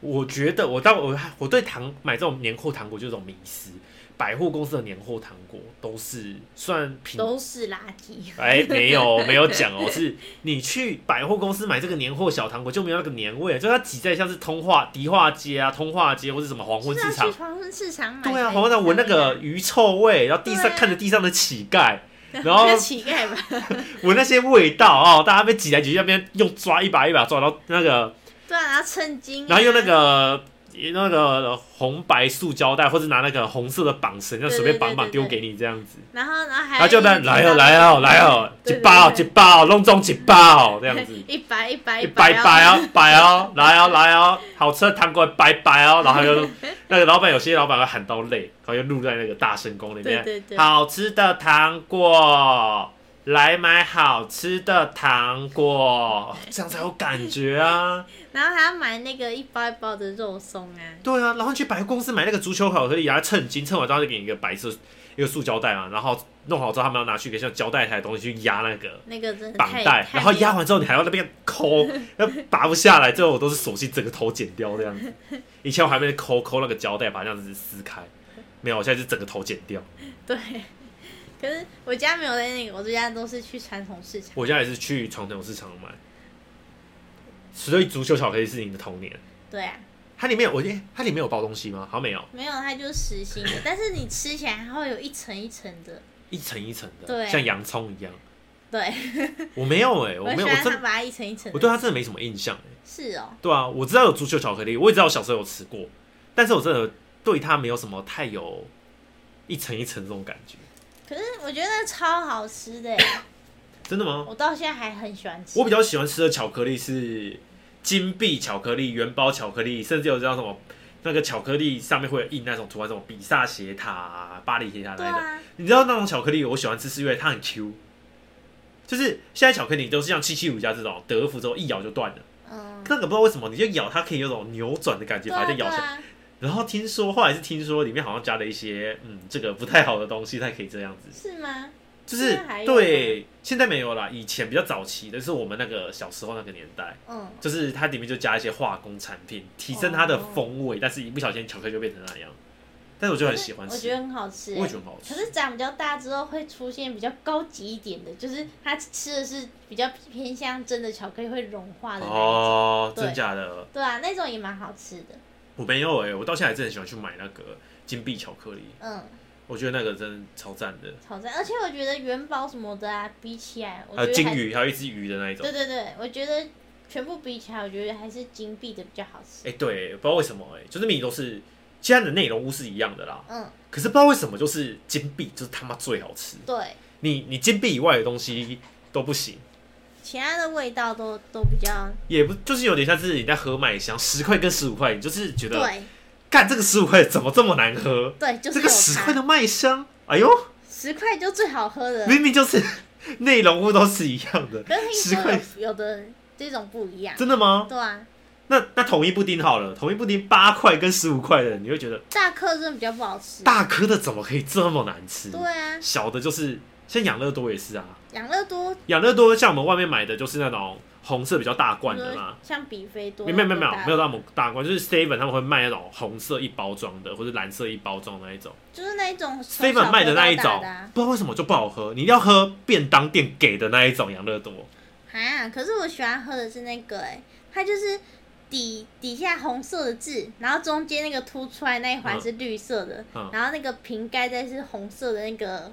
[SPEAKER 1] 我觉得我到我我对糖买这种年货糖果就是一种迷失。百货公司的年货糖果都是算品
[SPEAKER 2] 都是垃圾。
[SPEAKER 1] 哎，没有没有讲哦，是你去百货公司买这个年货小糖果就没有那个年味，就它挤在像是通化、迪化街啊、通化街或是什么黄昏
[SPEAKER 2] 是
[SPEAKER 1] 市
[SPEAKER 2] 要
[SPEAKER 1] 场，
[SPEAKER 2] 去黄昏市场买才。
[SPEAKER 1] 对啊，黄昏市场闻那个鱼臭味，然后地上、
[SPEAKER 2] 对啊啊
[SPEAKER 1] 看着地上的乞丐，
[SPEAKER 2] 才能买，
[SPEAKER 1] 然后
[SPEAKER 2] 那 乞丐吧，
[SPEAKER 1] 闻那些味道哦，大家被挤来挤去，那边用抓一把一把抓，然后那个，
[SPEAKER 2] 对啊，然后趁金、
[SPEAKER 1] 然后用那个。那个红白塑胶袋，或者拿那个红色的绑绳，就随便绑绑
[SPEAKER 2] 对对
[SPEAKER 1] 丢
[SPEAKER 2] 对对
[SPEAKER 1] 给你这样子，
[SPEAKER 2] 然后，然后还
[SPEAKER 1] 然后就那来哦 来哦来哦，一
[SPEAKER 2] 对对
[SPEAKER 1] 包
[SPEAKER 2] 对
[SPEAKER 1] 一包弄中一包这
[SPEAKER 2] 这
[SPEAKER 1] 样子，
[SPEAKER 2] 一百一百
[SPEAKER 1] 一百
[SPEAKER 2] 然后
[SPEAKER 1] 百哦，百哦，来哦，来哦，好吃的糖果拜拜哦，然后就 那个老板有些老板会喊到累，然后又录在那个大声公里面，
[SPEAKER 2] 对对对
[SPEAKER 1] 好吃的糖果，来买好吃的糖 果，这样才有感觉啊。
[SPEAKER 2] 然后还要买那个一包一包的肉松啊，
[SPEAKER 1] 对啊，然后去百货公司买那个足球巧克力，然后称斤，称完之后就给你一个白色一个塑胶袋嘛，然后弄好之后他们要拿去一个像胶带台的东西去压那个。
[SPEAKER 2] 那个真的
[SPEAKER 1] 绑
[SPEAKER 2] 太
[SPEAKER 1] 带，
[SPEAKER 2] 太
[SPEAKER 1] 然后
[SPEAKER 2] 没有
[SPEAKER 1] 压完之后你还要那边抠，那拔不下来，最后我都是索性整个头剪掉这样 子。以前我还没抠抠那个胶带，把它这样子撕开，没有，我现在是整个头剪掉。
[SPEAKER 2] 对，可是我家没有在那个，我家都是去传统市场。
[SPEAKER 1] 我现在也是去传统市场买，所以足球巧克力是你的童年。
[SPEAKER 2] 对啊，
[SPEAKER 1] 它里面有我诶它里面有包东西吗？好像没有，
[SPEAKER 2] 没有它就是实心的，但是你吃起来它会有一层一层的。
[SPEAKER 1] 一层一层的，
[SPEAKER 2] 对
[SPEAKER 1] 像洋葱一样。
[SPEAKER 2] 对，
[SPEAKER 1] 我没有哎、我
[SPEAKER 2] 我
[SPEAKER 1] 没
[SPEAKER 2] 喜
[SPEAKER 1] 有，
[SPEAKER 2] 欢
[SPEAKER 1] 我
[SPEAKER 2] 它
[SPEAKER 1] 真
[SPEAKER 2] 把它一层一层
[SPEAKER 1] 我
[SPEAKER 2] 的。
[SPEAKER 1] 对它真的没什么印象、欸
[SPEAKER 2] 是哦，
[SPEAKER 1] 对啊，我知道有足球巧克力，我也知道我小时候有吃过，但是我真的对它没有什么太有一层一层这种感觉。
[SPEAKER 2] 可是我觉得超好吃的耶，欸
[SPEAKER 1] 真的吗？
[SPEAKER 2] 我到现在还很喜欢吃。
[SPEAKER 1] 我比较喜欢吃的巧克力是金币巧克力、元包巧克力，甚至有叫什么那个巧克力上面会有印那种图案，什么比萨斜塔啊、巴黎铁塔
[SPEAKER 2] 对
[SPEAKER 1] 那一种。
[SPEAKER 2] 啊，
[SPEAKER 1] 你知道那种巧克力我喜欢吃是因为它很 Q，就是现在巧克力都是像七七五加这种德芙之后一咬就断了，
[SPEAKER 2] 嗯，
[SPEAKER 1] 那个不知道为什么你就咬它可以有种扭转的感觉，
[SPEAKER 2] 对
[SPEAKER 1] 把
[SPEAKER 2] 啊
[SPEAKER 1] 它
[SPEAKER 2] 对
[SPEAKER 1] 咬下来。
[SPEAKER 2] 啊，
[SPEAKER 1] 然后听说后来是听说里面好像加了一些嗯这个不太好的东西，才可以这样子。
[SPEAKER 2] 是吗？
[SPEAKER 1] 就是
[SPEAKER 2] 现在还有吗
[SPEAKER 1] 对，现在没有啦，以前比较早期的是我们那个小时候那个年代，
[SPEAKER 2] 嗯，
[SPEAKER 1] 就是它里面就加一些化工产品，提升它的风
[SPEAKER 2] 哦
[SPEAKER 1] 味，但是一不小心巧克力就变成那样。但是我就很喜欢
[SPEAKER 2] 我觉
[SPEAKER 1] 吃，
[SPEAKER 2] 得很好吃耶。欸
[SPEAKER 1] 我也觉得很好吃
[SPEAKER 2] 可。是长比较大之后会出现比较高级一点的，就是它吃的是比较偏向真的巧克力会融化的那一种。
[SPEAKER 1] 哦，
[SPEAKER 2] 对
[SPEAKER 1] 真假的？
[SPEAKER 2] 对啊，那种也蛮好吃的。
[SPEAKER 1] 我没有哎、我到现在还是很喜欢去买那个金币巧克力，
[SPEAKER 2] 嗯，
[SPEAKER 1] 我觉得那个真的超赞的，
[SPEAKER 2] 炒菜，而且我觉得元宝什么的啊，比起来，我
[SPEAKER 1] 还有
[SPEAKER 2] 觉得
[SPEAKER 1] 金
[SPEAKER 2] 还
[SPEAKER 1] 鱼，还有一只鱼的那一种
[SPEAKER 2] 对。对对，我觉得全部比起来，我觉得还是金币的比较好吃。
[SPEAKER 1] 哎、对，不知道为什么哎、就是米都是现在的内容物是一样的啦，
[SPEAKER 2] 嗯，
[SPEAKER 1] 可是不知道为什么就是金币就是他妈最好吃，
[SPEAKER 2] 对，
[SPEAKER 1] 你你金币以外的东西都不行，
[SPEAKER 2] 其他的味道都都比较
[SPEAKER 1] 也不就是有点像是你在喝麦香，十块跟十五块，你就是觉得
[SPEAKER 2] 对
[SPEAKER 1] 干这个十五块怎么这么难喝，
[SPEAKER 2] 对，就是
[SPEAKER 1] 这个
[SPEAKER 2] 有
[SPEAKER 1] 十
[SPEAKER 2] 差
[SPEAKER 1] 块的麦香，哎呦，
[SPEAKER 2] 十块就最好喝的，
[SPEAKER 1] 明明就是内容物都是一样的
[SPEAKER 2] 可是，
[SPEAKER 1] 十
[SPEAKER 2] 听
[SPEAKER 1] 块
[SPEAKER 2] 说有有的这种不一样。
[SPEAKER 1] 真的吗？
[SPEAKER 2] 对啊，
[SPEAKER 1] 那那统一布丁好了，统一布丁八块跟十五块的，你会觉得
[SPEAKER 2] 大颗真的比较不好吃。
[SPEAKER 1] 大颗的怎么可以这么难吃？
[SPEAKER 2] 对啊，
[SPEAKER 1] 小的就是像养乐多也是啊，
[SPEAKER 2] 养乐多
[SPEAKER 1] 养乐多像我们外面买的就是那种红色比较大罐的嘛，
[SPEAKER 2] 像比菲嗯多，
[SPEAKER 1] 没有没有没有没有没有
[SPEAKER 2] 有，
[SPEAKER 1] 那么大罐，就是 Seven 他们会卖那种红色一包装的或者蓝色一包装的那一种
[SPEAKER 2] 就是那一种从小
[SPEAKER 1] ，Seven 卖的那一
[SPEAKER 2] 喝到
[SPEAKER 1] 种
[SPEAKER 2] 大的啊，
[SPEAKER 1] 不知道为什么就不好喝，你一定要喝便当店给的那一种养乐多，
[SPEAKER 2] 啊，可是我喜欢喝的是那个、哎，它就是底底下红色的字，然后中间那个凸出来那一环
[SPEAKER 1] 嗯
[SPEAKER 2] 是绿色的，
[SPEAKER 1] 嗯
[SPEAKER 2] 然后那个瓶盖再是红色的那个，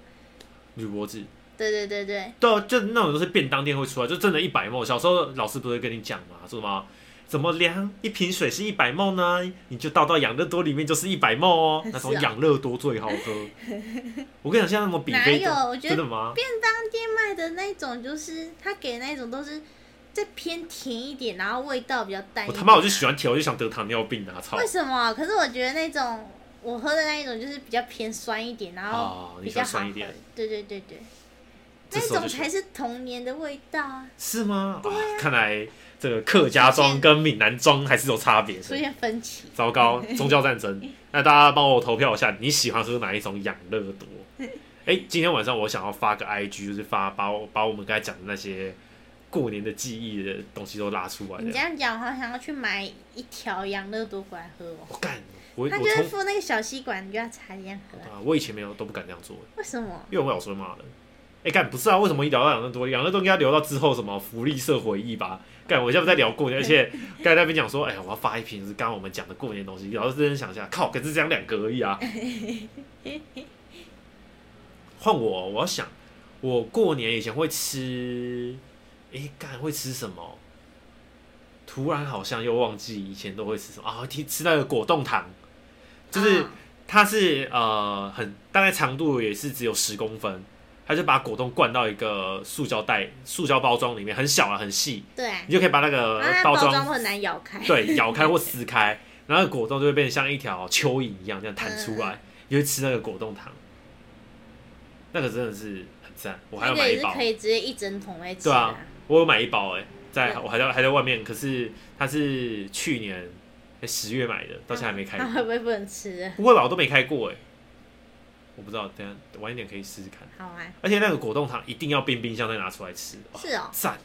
[SPEAKER 1] 铝箔纸，
[SPEAKER 2] 对对对对，
[SPEAKER 1] 对啊，就那种都是便当店会出来，就真的一百梦。小时候老师不是跟你讲嘛，说什么怎么量一瓶水是一百梦呢？你就倒到养乐多里面就是一百梦哦，那种
[SPEAKER 2] 是啊
[SPEAKER 1] 养乐多最好喝。 我跟你讲，像那种比菲
[SPEAKER 2] 哪有我
[SPEAKER 1] 多，
[SPEAKER 2] 觉得
[SPEAKER 1] 真的吗？
[SPEAKER 2] 当店卖的那种就是他给的那种都是再偏甜一点，然后味道比较淡一点
[SPEAKER 1] 哦
[SPEAKER 2] 啊。
[SPEAKER 1] 我他妈我就喜欢甜，我就想得糖尿病啊！操
[SPEAKER 2] 为！什么？可是我觉得那种我喝的那一种就是比较偏酸一点，然
[SPEAKER 1] 哦
[SPEAKER 2] 后
[SPEAKER 1] 你
[SPEAKER 2] 比
[SPEAKER 1] 喜
[SPEAKER 2] 较
[SPEAKER 1] 欢
[SPEAKER 2] 好喝。
[SPEAKER 1] 酸一点
[SPEAKER 2] 对对对对，
[SPEAKER 1] 这
[SPEAKER 2] 那
[SPEAKER 1] 时候
[SPEAKER 2] 种
[SPEAKER 1] 就喜
[SPEAKER 2] 才
[SPEAKER 1] 欢
[SPEAKER 2] 是童年的味道啊！
[SPEAKER 1] 是吗？啊，看来这个客家庄跟闽南庄还是有差别
[SPEAKER 2] 出
[SPEAKER 1] 的。
[SPEAKER 2] 现分歧，
[SPEAKER 1] 糟糕，宗教战争。那大家帮我投票一下，你喜欢喝哪一种养乐多？哎、今天晚上我想要发个 IG，就是发把我把我们刚才讲的那些过年的记忆的东西都拉出来
[SPEAKER 2] 你这
[SPEAKER 1] 的。
[SPEAKER 2] 样讲，我好想要去买一条养乐多回来喝哦。
[SPEAKER 1] 我干，我我
[SPEAKER 2] 他就是
[SPEAKER 1] 从
[SPEAKER 2] 附那个小吸管，你就要插一样喝
[SPEAKER 1] 啊，
[SPEAKER 2] 啊、
[SPEAKER 1] 我以前没有都不敢这样做，
[SPEAKER 2] 为什么？
[SPEAKER 1] 因为我老师会骂人。哎、干不是啊？为什么一聊到养乐多，养乐多应该聊到之后什么福利社回忆吧？干，我现在在聊过年，而且刚才那边讲说，哎、呀，我要发一瓶就是刚刚我们讲的过年的东西，然后认真想一下，靠，可是这样两个而已啊。换我，我要想，我过年以前会吃，哎、干会吃什么？突然好像又忘记以前都会吃什么啊？吃吃那个果冻糖，就是。
[SPEAKER 2] 啊
[SPEAKER 1] 它是呃很大概长度也是只有十公分，它就把果冻灌到一个塑胶袋、塑胶包装里面，很小啊，很细，
[SPEAKER 2] 对啊，
[SPEAKER 1] 你就可以把那个
[SPEAKER 2] 然后它
[SPEAKER 1] 包
[SPEAKER 2] 包
[SPEAKER 1] 装、
[SPEAKER 2] 装会很难咬开。
[SPEAKER 1] 对咬开或撕开，然后那个果冻就会变得像一条蚯蚓一样这样弹出
[SPEAKER 2] 嗯
[SPEAKER 1] 来，你会吃那个果冻糖，那个真的是很赞，我还
[SPEAKER 2] 那
[SPEAKER 1] 要
[SPEAKER 2] 个
[SPEAKER 1] 买
[SPEAKER 2] 也
[SPEAKER 1] 一
[SPEAKER 2] 是
[SPEAKER 1] 包，
[SPEAKER 2] 可以直接一整桶来吃
[SPEAKER 1] 对
[SPEAKER 2] 的
[SPEAKER 1] 啊，我有买一包哎、在
[SPEAKER 2] 对
[SPEAKER 1] 我还在还在外面，可是它是去年十、10月欸买的，到现在还没开过
[SPEAKER 2] 它。啊会不会不能吃了？
[SPEAKER 1] 不会吧？我都没开过哎、我不知道，等一下晚一点可以试试看。
[SPEAKER 2] 好玩，
[SPEAKER 1] 而且那个果冻糖一定要冰冰箱再拿出来吃，哇
[SPEAKER 2] 是哦，
[SPEAKER 1] 赞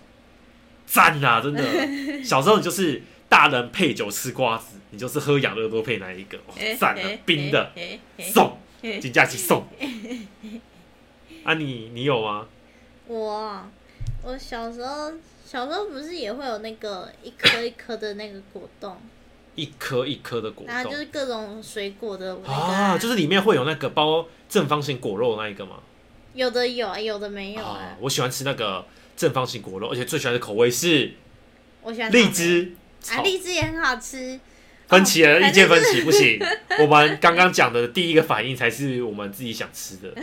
[SPEAKER 1] 赞啊！真 的，小时候你就是大人配酒吃瓜子，你就是喝养乐多配那一个，哇赞啊！冰的
[SPEAKER 2] 嘿，嘿嘿
[SPEAKER 1] 送，
[SPEAKER 2] 嘿
[SPEAKER 1] 金假期 送。啊你，你有吗？
[SPEAKER 2] 我我小时候小时候不是也会有那个一颗一颗的那个果冻，
[SPEAKER 1] 一颗一颗的果
[SPEAKER 2] 然后
[SPEAKER 1] 冻
[SPEAKER 2] 啊就是各种水果的那个
[SPEAKER 1] 啊，就是里面会有那个包正方形果肉那一个吗？
[SPEAKER 2] 有的有，有的没有
[SPEAKER 1] 啊
[SPEAKER 2] 啊。，
[SPEAKER 1] 我喜欢吃那个正方形果肉，而且最喜欢的口味是
[SPEAKER 2] 我喜欢
[SPEAKER 1] 荔
[SPEAKER 2] 草莓
[SPEAKER 1] 枝。
[SPEAKER 2] 啊，
[SPEAKER 1] 草
[SPEAKER 2] 荔枝也很好吃，
[SPEAKER 1] 分歧
[SPEAKER 2] 哦
[SPEAKER 1] 了，
[SPEAKER 2] 反
[SPEAKER 1] 意见
[SPEAKER 2] 正
[SPEAKER 1] 分歧不 行。我们刚刚讲的第一个反应才是我们自己想吃的。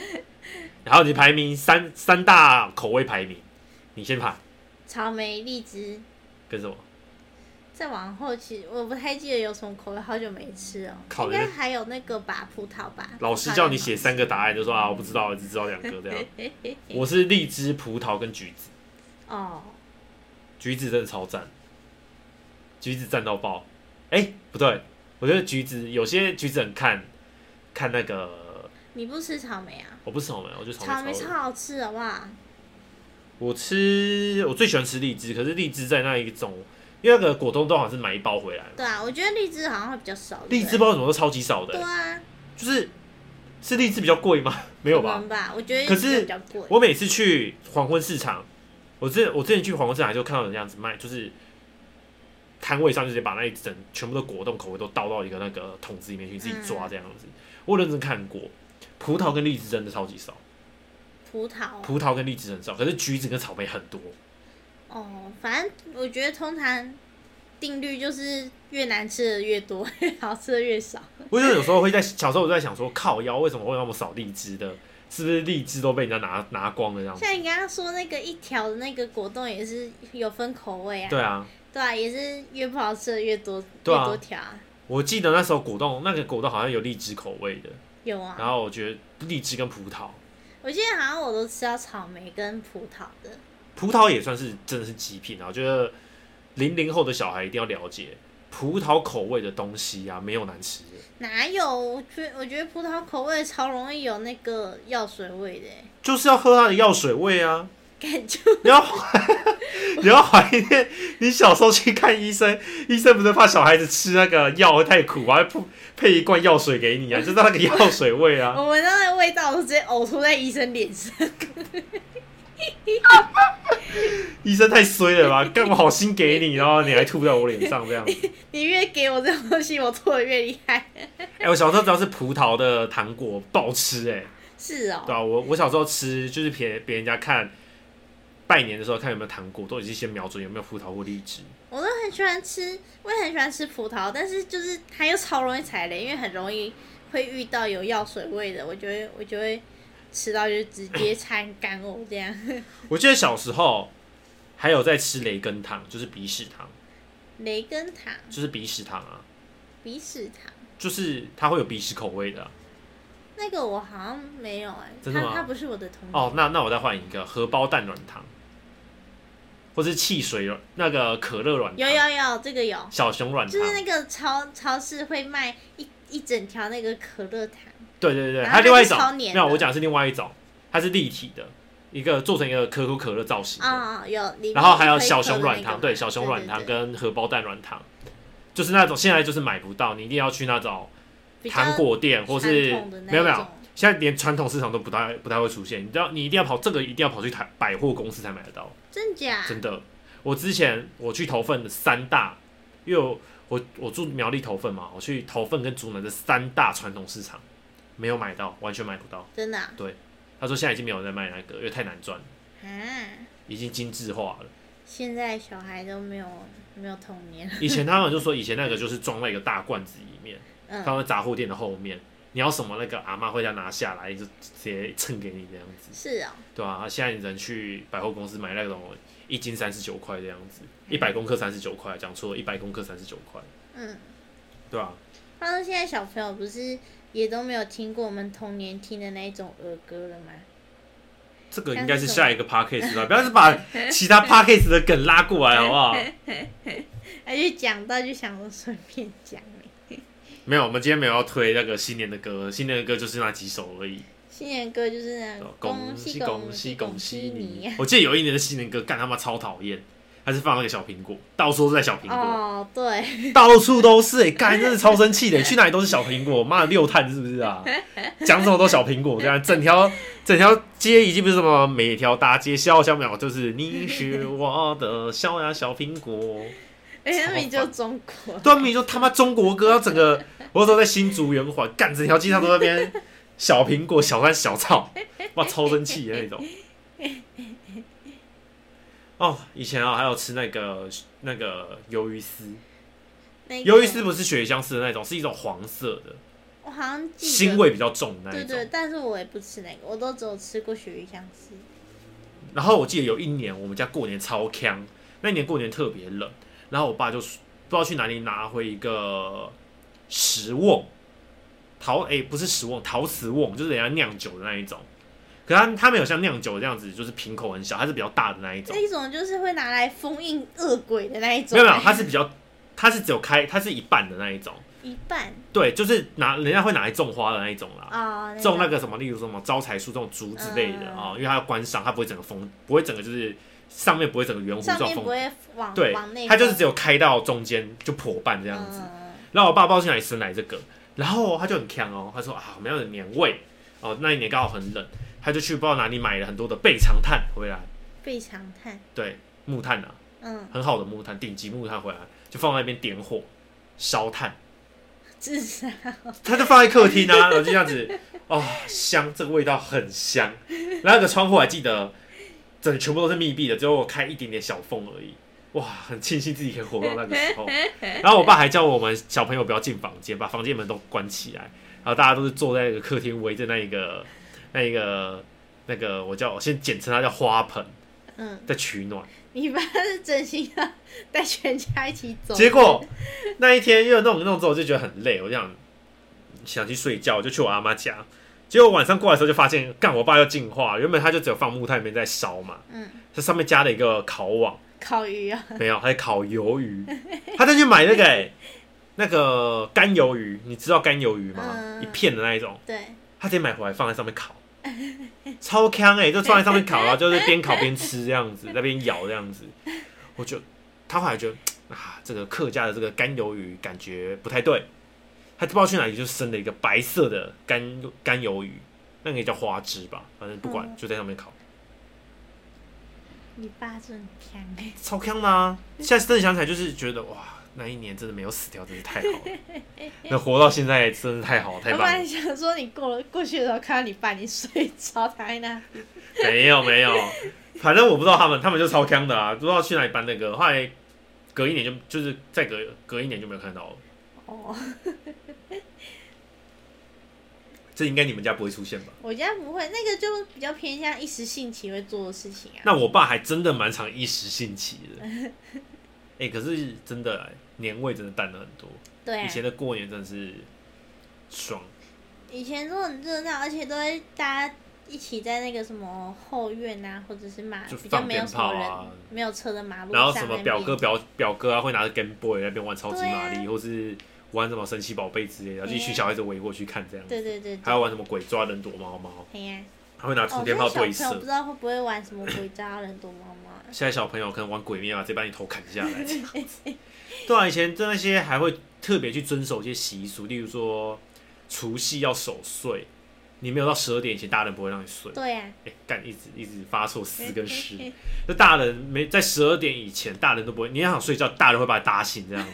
[SPEAKER 1] 然后你排名三三大口味排名，你先排
[SPEAKER 2] 草莓、荔枝。
[SPEAKER 1] 跟什么？
[SPEAKER 2] 再往后，其实我不太记得有什么口味，好久没吃哦。
[SPEAKER 1] 烤
[SPEAKER 2] 应
[SPEAKER 1] 的
[SPEAKER 2] 该还有那个吧，葡萄吧。
[SPEAKER 1] 老
[SPEAKER 2] 葡
[SPEAKER 1] 师
[SPEAKER 2] 萄
[SPEAKER 1] 叫
[SPEAKER 2] 也
[SPEAKER 1] 你
[SPEAKER 2] 好
[SPEAKER 1] 写
[SPEAKER 2] 吃
[SPEAKER 1] 三个答案，就说啊，我不知道，我只知道两个这 样。
[SPEAKER 2] 嘿嘿嘿
[SPEAKER 1] 我是荔枝、葡萄跟橘子，
[SPEAKER 2] 哦，
[SPEAKER 1] 橘子真的超赞，橘子赞到爆。哎、不对，我觉得橘子有些橘子很看看那个，
[SPEAKER 2] 你不吃草莓啊？
[SPEAKER 1] 我不吃草莓，我就草莓
[SPEAKER 2] 草莓
[SPEAKER 1] 超恶
[SPEAKER 2] 超好吃，好不好？
[SPEAKER 1] 我吃我最喜欢吃荔枝，可是荔枝在那一种，因为那个果冻都好像是买一包回来嘛，
[SPEAKER 2] 对啊，我觉得荔枝好像会比较少。
[SPEAKER 1] 荔枝
[SPEAKER 2] 不
[SPEAKER 1] 包为什么都超级少
[SPEAKER 2] 对？
[SPEAKER 1] 的、
[SPEAKER 2] 对啊，
[SPEAKER 1] 就是是荔枝比较贵吗？ 没
[SPEAKER 2] 没
[SPEAKER 1] 有吧？
[SPEAKER 2] 吧？我觉得
[SPEAKER 1] 可
[SPEAKER 2] 荔枝
[SPEAKER 1] 是
[SPEAKER 2] 比较贵。
[SPEAKER 1] 我每次去黄昏市场，我之我之前去黄昏市场就看到人这样子卖，就是摊位上就直接把那一整全部的果冻口味都倒到一个那个桶子里面去自己抓
[SPEAKER 2] 嗯
[SPEAKER 1] 这样子。我认真看过，葡萄跟荔枝真的超级少，
[SPEAKER 2] 葡萄
[SPEAKER 1] 葡萄跟荔枝很少，可是橘子跟草莓很多。
[SPEAKER 2] 哦，反正我觉得通常定律就是越难吃的越多， 好吃的越少。
[SPEAKER 1] 我就有时候会在小时候我就在想说，靠腰为什么会有那么少荔枝的？是不是荔枝都被人家拿拿光了这样子？
[SPEAKER 2] 像你刚刚说那个一条的那个果冻也是有分口味啊，
[SPEAKER 1] 对啊，
[SPEAKER 2] 对啊，也是越不好吃的越多，
[SPEAKER 1] 对啊
[SPEAKER 2] 越多条啊，
[SPEAKER 1] 我记得那时候果冻那个果冻好像有荔枝口味的，
[SPEAKER 2] 有啊。
[SPEAKER 1] 然后我觉得荔枝跟葡萄，
[SPEAKER 2] 我记得好像我都吃到草莓跟葡萄的，
[SPEAKER 1] 葡萄也算是真的是极品啊。我觉得零零后的小孩一定要了解，葡萄口味的东西啊，没有难吃的，
[SPEAKER 2] 哪有？我觉我觉得葡萄口味超容易有那个药水味的欸，
[SPEAKER 1] 就是要喝它的药水味啊。
[SPEAKER 2] 感觉
[SPEAKER 1] 你要怀 你要怀念你小时候去看医生，医生不是怕小孩子吃那个药会太苦啊，还配配一罐药水给你啊，就是那个药水味啊。
[SPEAKER 2] 我闻到那个味道，我直接呕吐在医生脸上。
[SPEAKER 1] 医生太衰了吧，干我好心给你，然后你还吐在我脸上这样子。
[SPEAKER 2] 你越给我这种东西，我吐的越厉害。
[SPEAKER 1] 哎、我小时候只要是葡萄的糖果爆吃哎、
[SPEAKER 2] 是哦，
[SPEAKER 1] 对啊，我我小时候吃就是别别人家看拜年的时候看有没有糖果，都已经先瞄准有没有葡萄或荔枝。
[SPEAKER 2] 我都很喜欢吃，我也很喜欢吃葡萄，但是就是它又超容易踩雷，因为很容易会遇到有药水味的，我就会我就会吃到就直接掺干呕这样。
[SPEAKER 1] 我记得小时候还有在吃雷根糖，就是鼻屎糖，
[SPEAKER 2] 雷根糖、
[SPEAKER 1] 就是鼻屎糖啊。
[SPEAKER 2] 鼻屎糖，
[SPEAKER 1] 就是它会有鼻屎口味的啊、
[SPEAKER 2] 那个我好像没有哎、
[SPEAKER 1] 真的吗
[SPEAKER 2] 它它不是我的同
[SPEAKER 1] 哦。那那我再换一个荷包蛋软糖，或是汽水软那个可乐软糖，
[SPEAKER 2] 有有有，这个有，
[SPEAKER 1] 小熊软嗯糖
[SPEAKER 2] 就，是那个超超市会卖一一整条那个可乐糖，
[SPEAKER 1] 对对对，
[SPEAKER 2] 然后
[SPEAKER 1] 还有另外一种
[SPEAKER 2] 它是超，
[SPEAKER 1] 没
[SPEAKER 2] 黏的
[SPEAKER 1] 有我讲的是另外一种，它是立体的，一个做成一个可口可乐造型的，
[SPEAKER 2] 啊、有里面
[SPEAKER 1] 嗯然后还有
[SPEAKER 2] 是
[SPEAKER 1] 小
[SPEAKER 2] 可
[SPEAKER 1] 熊
[SPEAKER 2] 乐
[SPEAKER 1] 软
[SPEAKER 2] 那个
[SPEAKER 1] 糖，
[SPEAKER 2] 嘛
[SPEAKER 1] 对，小熊软糖
[SPEAKER 2] 对
[SPEAKER 1] 跟荷包蛋软糖，就是那种现在就是买不到，你一定要去那种
[SPEAKER 2] 比较
[SPEAKER 1] 糖果店或是
[SPEAKER 2] 传统的那一
[SPEAKER 1] 没有没有
[SPEAKER 2] 种。
[SPEAKER 1] 现在连传统市场都不太不太会出现，你知道，你一定要跑这个，一定要跑去台百货公司才买得到。
[SPEAKER 2] 真假？
[SPEAKER 1] 真的，我之前我去投份的三大，因为我我我住苗栗投份嘛，我去投份跟竹南的三大传统市场没有买到，完全买不到。
[SPEAKER 2] 真的啊
[SPEAKER 1] 他说现在已经没有在卖那个，因为太难赚了，
[SPEAKER 2] 啊！
[SPEAKER 1] 已经精致化了。
[SPEAKER 2] 现在小孩都没有没有童年，
[SPEAKER 1] 以前他们就说以前那个就是装在一个大罐子里面，
[SPEAKER 2] 嗯，
[SPEAKER 1] 放在杂货店的后面。你要什么那个阿妈会再拿下来，就直接称给你这样子，
[SPEAKER 2] 是哦，
[SPEAKER 1] 对啊，现在人去百货公司买那种一斤三十九块这样子，一百公克三十九块，讲错了，一百公克三十九块，
[SPEAKER 2] 嗯。
[SPEAKER 1] 对啊，
[SPEAKER 2] 话说现在小朋友不是也都没有听过我们童年听的那一种儿歌了吗？
[SPEAKER 1] 这个应该是下一个 podcast 吧，不要是把其 他 podcast 的梗拉 过来，好不好？
[SPEAKER 2] 而且讲到就想说顺便讲欸
[SPEAKER 1] 没有，我们今天没有要推那个新年的歌，新年的歌就是那几首而已。
[SPEAKER 2] 新年歌就是那
[SPEAKER 1] 呃
[SPEAKER 2] 种
[SPEAKER 1] 哦恭喜
[SPEAKER 2] 喜
[SPEAKER 1] 恭喜
[SPEAKER 2] 喜
[SPEAKER 1] 恭
[SPEAKER 2] 喜啊
[SPEAKER 1] 喜你！！我记得有一年的新年歌，干他妈超讨厌，还是放那个小苹果，到处都在小苹果，
[SPEAKER 2] 哦，对，
[SPEAKER 1] 到处都是、欸，干真是超生 气的、去哪里都是小苹果，妈的六探是不是啊？讲什么都小苹果，这样整 条整条街已经不是什么每条大街小巷没有，就是你是我的小呀小苹果。
[SPEAKER 2] 而且他们哎就中国，
[SPEAKER 1] 端啊明就他妈中国歌，整个我那时候在新竹圆环，干整条街上都在那边小苹果、小三、小 草，哇，超生气的那种。哦，以前啊，还有吃那个那个鱿鱼丝，
[SPEAKER 2] 那个
[SPEAKER 1] 鱿鱼丝不是雪香丝的那种，是一种黄色的，
[SPEAKER 2] 我好像记得
[SPEAKER 1] 腥味比较重的那
[SPEAKER 2] 对
[SPEAKER 1] 一
[SPEAKER 2] 对，
[SPEAKER 1] 种。
[SPEAKER 2] 但是我也不吃那个，我都只有吃过鳕鱼香丝。
[SPEAKER 1] 然后我记得有一年我们家过年超呛，那一年过年特别冷，然后我爸就不知道去哪里拿回一个石瓮，陶诶、不是石瓮，陶瓷瓮，就是人家酿酒的那一种。可它它没有像酿酒这样子，就是瓶口很小，它是比较大的那一种。
[SPEAKER 2] 那一种就是会拿来封印恶鬼的那一种，
[SPEAKER 1] 没有没有，它是比较，它是只有开，它是一半的那一种。
[SPEAKER 2] 一半
[SPEAKER 1] 对，就是拿人家会拿来种花的那一种啦。
[SPEAKER 2] 啊，
[SPEAKER 1] 种那
[SPEAKER 2] 个
[SPEAKER 1] 个什么，例如什么招财树这种竹之类的
[SPEAKER 2] 嗯
[SPEAKER 1] 啊、因为它要观赏，它不会整个封，不会整个就是上面不会整个圆弧
[SPEAKER 2] 上
[SPEAKER 1] 状
[SPEAKER 2] 面
[SPEAKER 1] 封
[SPEAKER 2] 不会往
[SPEAKER 1] 对
[SPEAKER 2] 往内，
[SPEAKER 1] 它
[SPEAKER 2] 放，
[SPEAKER 1] 就是只有开到中间就破半这样子。
[SPEAKER 2] 嗯
[SPEAKER 1] 然后我爸抱进来生来这个，然后他就很强哦，他说啊，我们要有年味哦，那一年刚好很冷，他就去不知道哪里买了很多的备长炭回来，
[SPEAKER 2] 被长炭，
[SPEAKER 1] 对，木炭啊，
[SPEAKER 2] 嗯，
[SPEAKER 1] 很好的木炭，顶级木炭回来，就放在那边点火烧炭，
[SPEAKER 2] 自杀，
[SPEAKER 1] 他就放在客厅啊，然后就这样子，哦，香，这个味道很香。然后那个窗户还记得，整全部都是密闭的，只有我开一点点小缝而已。哇，很庆幸自己可以活到那个时候。然后我爸还叫我们小朋友不要进房间，把房间门都关起来，然后大家都是坐在那个客厅，围着那一个、那一个、那个，我叫我先简称它叫花盆，
[SPEAKER 2] 嗯，
[SPEAKER 1] 在取暖。
[SPEAKER 2] 你爸是真心要带全家一起走，
[SPEAKER 1] 结果那一天又弄一弄之后，我就觉得很累，我就想想去睡觉，我就去我阿妈家。结果晚上过来的时候，就发现干我爸要进化，原本他就只有放木炭没在烧嘛，
[SPEAKER 2] 嗯，
[SPEAKER 1] 这上面加了一个烤网，
[SPEAKER 2] 烤鱼啊，
[SPEAKER 1] 没有，还烤鱿鱼，他再去买那个、欸、那个干鱿鱼，你知道干鱿鱼吗？
[SPEAKER 2] 嗯
[SPEAKER 1] 一片的那一种，
[SPEAKER 2] 对，
[SPEAKER 1] 他直接买回来放在上面烤，超香哎、就放在上面烤，然后就是边烤边吃这样子，在那边咬这样子，我就他后来觉得啊，这个客家的这个干鱿鱼感觉不太对，他不知道去哪里就生了一个白色的干干鱿鱼，那个也叫花枝吧，反正不管
[SPEAKER 2] 嗯
[SPEAKER 1] 就在上面烤。
[SPEAKER 2] 你爸真的很强，
[SPEAKER 1] 超康啦、啊！现在真的想起来，就是觉得哇，那一年真的没有死掉，真是太好了。能活到现在真是太好了，太
[SPEAKER 2] 我本
[SPEAKER 1] 棒了
[SPEAKER 2] 来！想说你过了过去的时候看到你爸你睡着躺在那，
[SPEAKER 1] 没有没有，反正我不知道他们，他们就超康的啊，不知道去哪里搬那个。后来隔一年就就是再隔隔一年就没有看到了。
[SPEAKER 2] 哦，
[SPEAKER 1] 这应该你们家不会出现吧？
[SPEAKER 2] 我家不会，那个就比较偏向一时兴起会做的事情啊。
[SPEAKER 1] 那我爸还真的蛮常一时兴起的。 哎、可是真的、年味真的淡了很多。
[SPEAKER 2] 对啊，
[SPEAKER 1] 以前的过年真的是爽，
[SPEAKER 2] 以前都很热闹，而且都会大家一起在那个什么后院啊，或者是马，
[SPEAKER 1] 就
[SPEAKER 2] 比较
[SPEAKER 1] 放
[SPEAKER 2] 没有
[SPEAKER 1] 鞭
[SPEAKER 2] 什么
[SPEAKER 1] 炮
[SPEAKER 2] 人、
[SPEAKER 1] 啊
[SPEAKER 2] 没有车的马路上
[SPEAKER 1] 然后什么
[SPEAKER 2] 那边
[SPEAKER 1] 表哥表表哥啊，会拿着 Game Boy 在那边玩超级玛丽，
[SPEAKER 2] 对啊
[SPEAKER 1] 或是玩什么神奇宝贝之类的，然后就一群小孩子围过去看这样
[SPEAKER 2] 对
[SPEAKER 1] 子。
[SPEAKER 2] 对对
[SPEAKER 1] 还有
[SPEAKER 2] 对，
[SPEAKER 1] 玩什么鬼抓人躲猫猫，
[SPEAKER 2] 哎呀、
[SPEAKER 1] 还会拿
[SPEAKER 2] 哦，
[SPEAKER 1] 冲
[SPEAKER 2] 这
[SPEAKER 1] 天
[SPEAKER 2] 个
[SPEAKER 1] 炮
[SPEAKER 2] 小
[SPEAKER 1] 对
[SPEAKER 2] 朋友不
[SPEAKER 1] 射
[SPEAKER 2] 知。道会不会玩什么鬼抓人躲猫猫啊
[SPEAKER 1] 现在小朋友可能玩鬼灭啊，直接把你头砍下来。 这样子对啊，以前真的那些还会特别去遵守一些习俗，例如说除夕要守岁，你没有到十二点以前，大人不会让你睡。
[SPEAKER 2] 对呀、
[SPEAKER 1] 哎、干一直一直发错四跟十，就大人没在十二点以前，大人都不会，你想睡觉，大人会把你打醒这样子。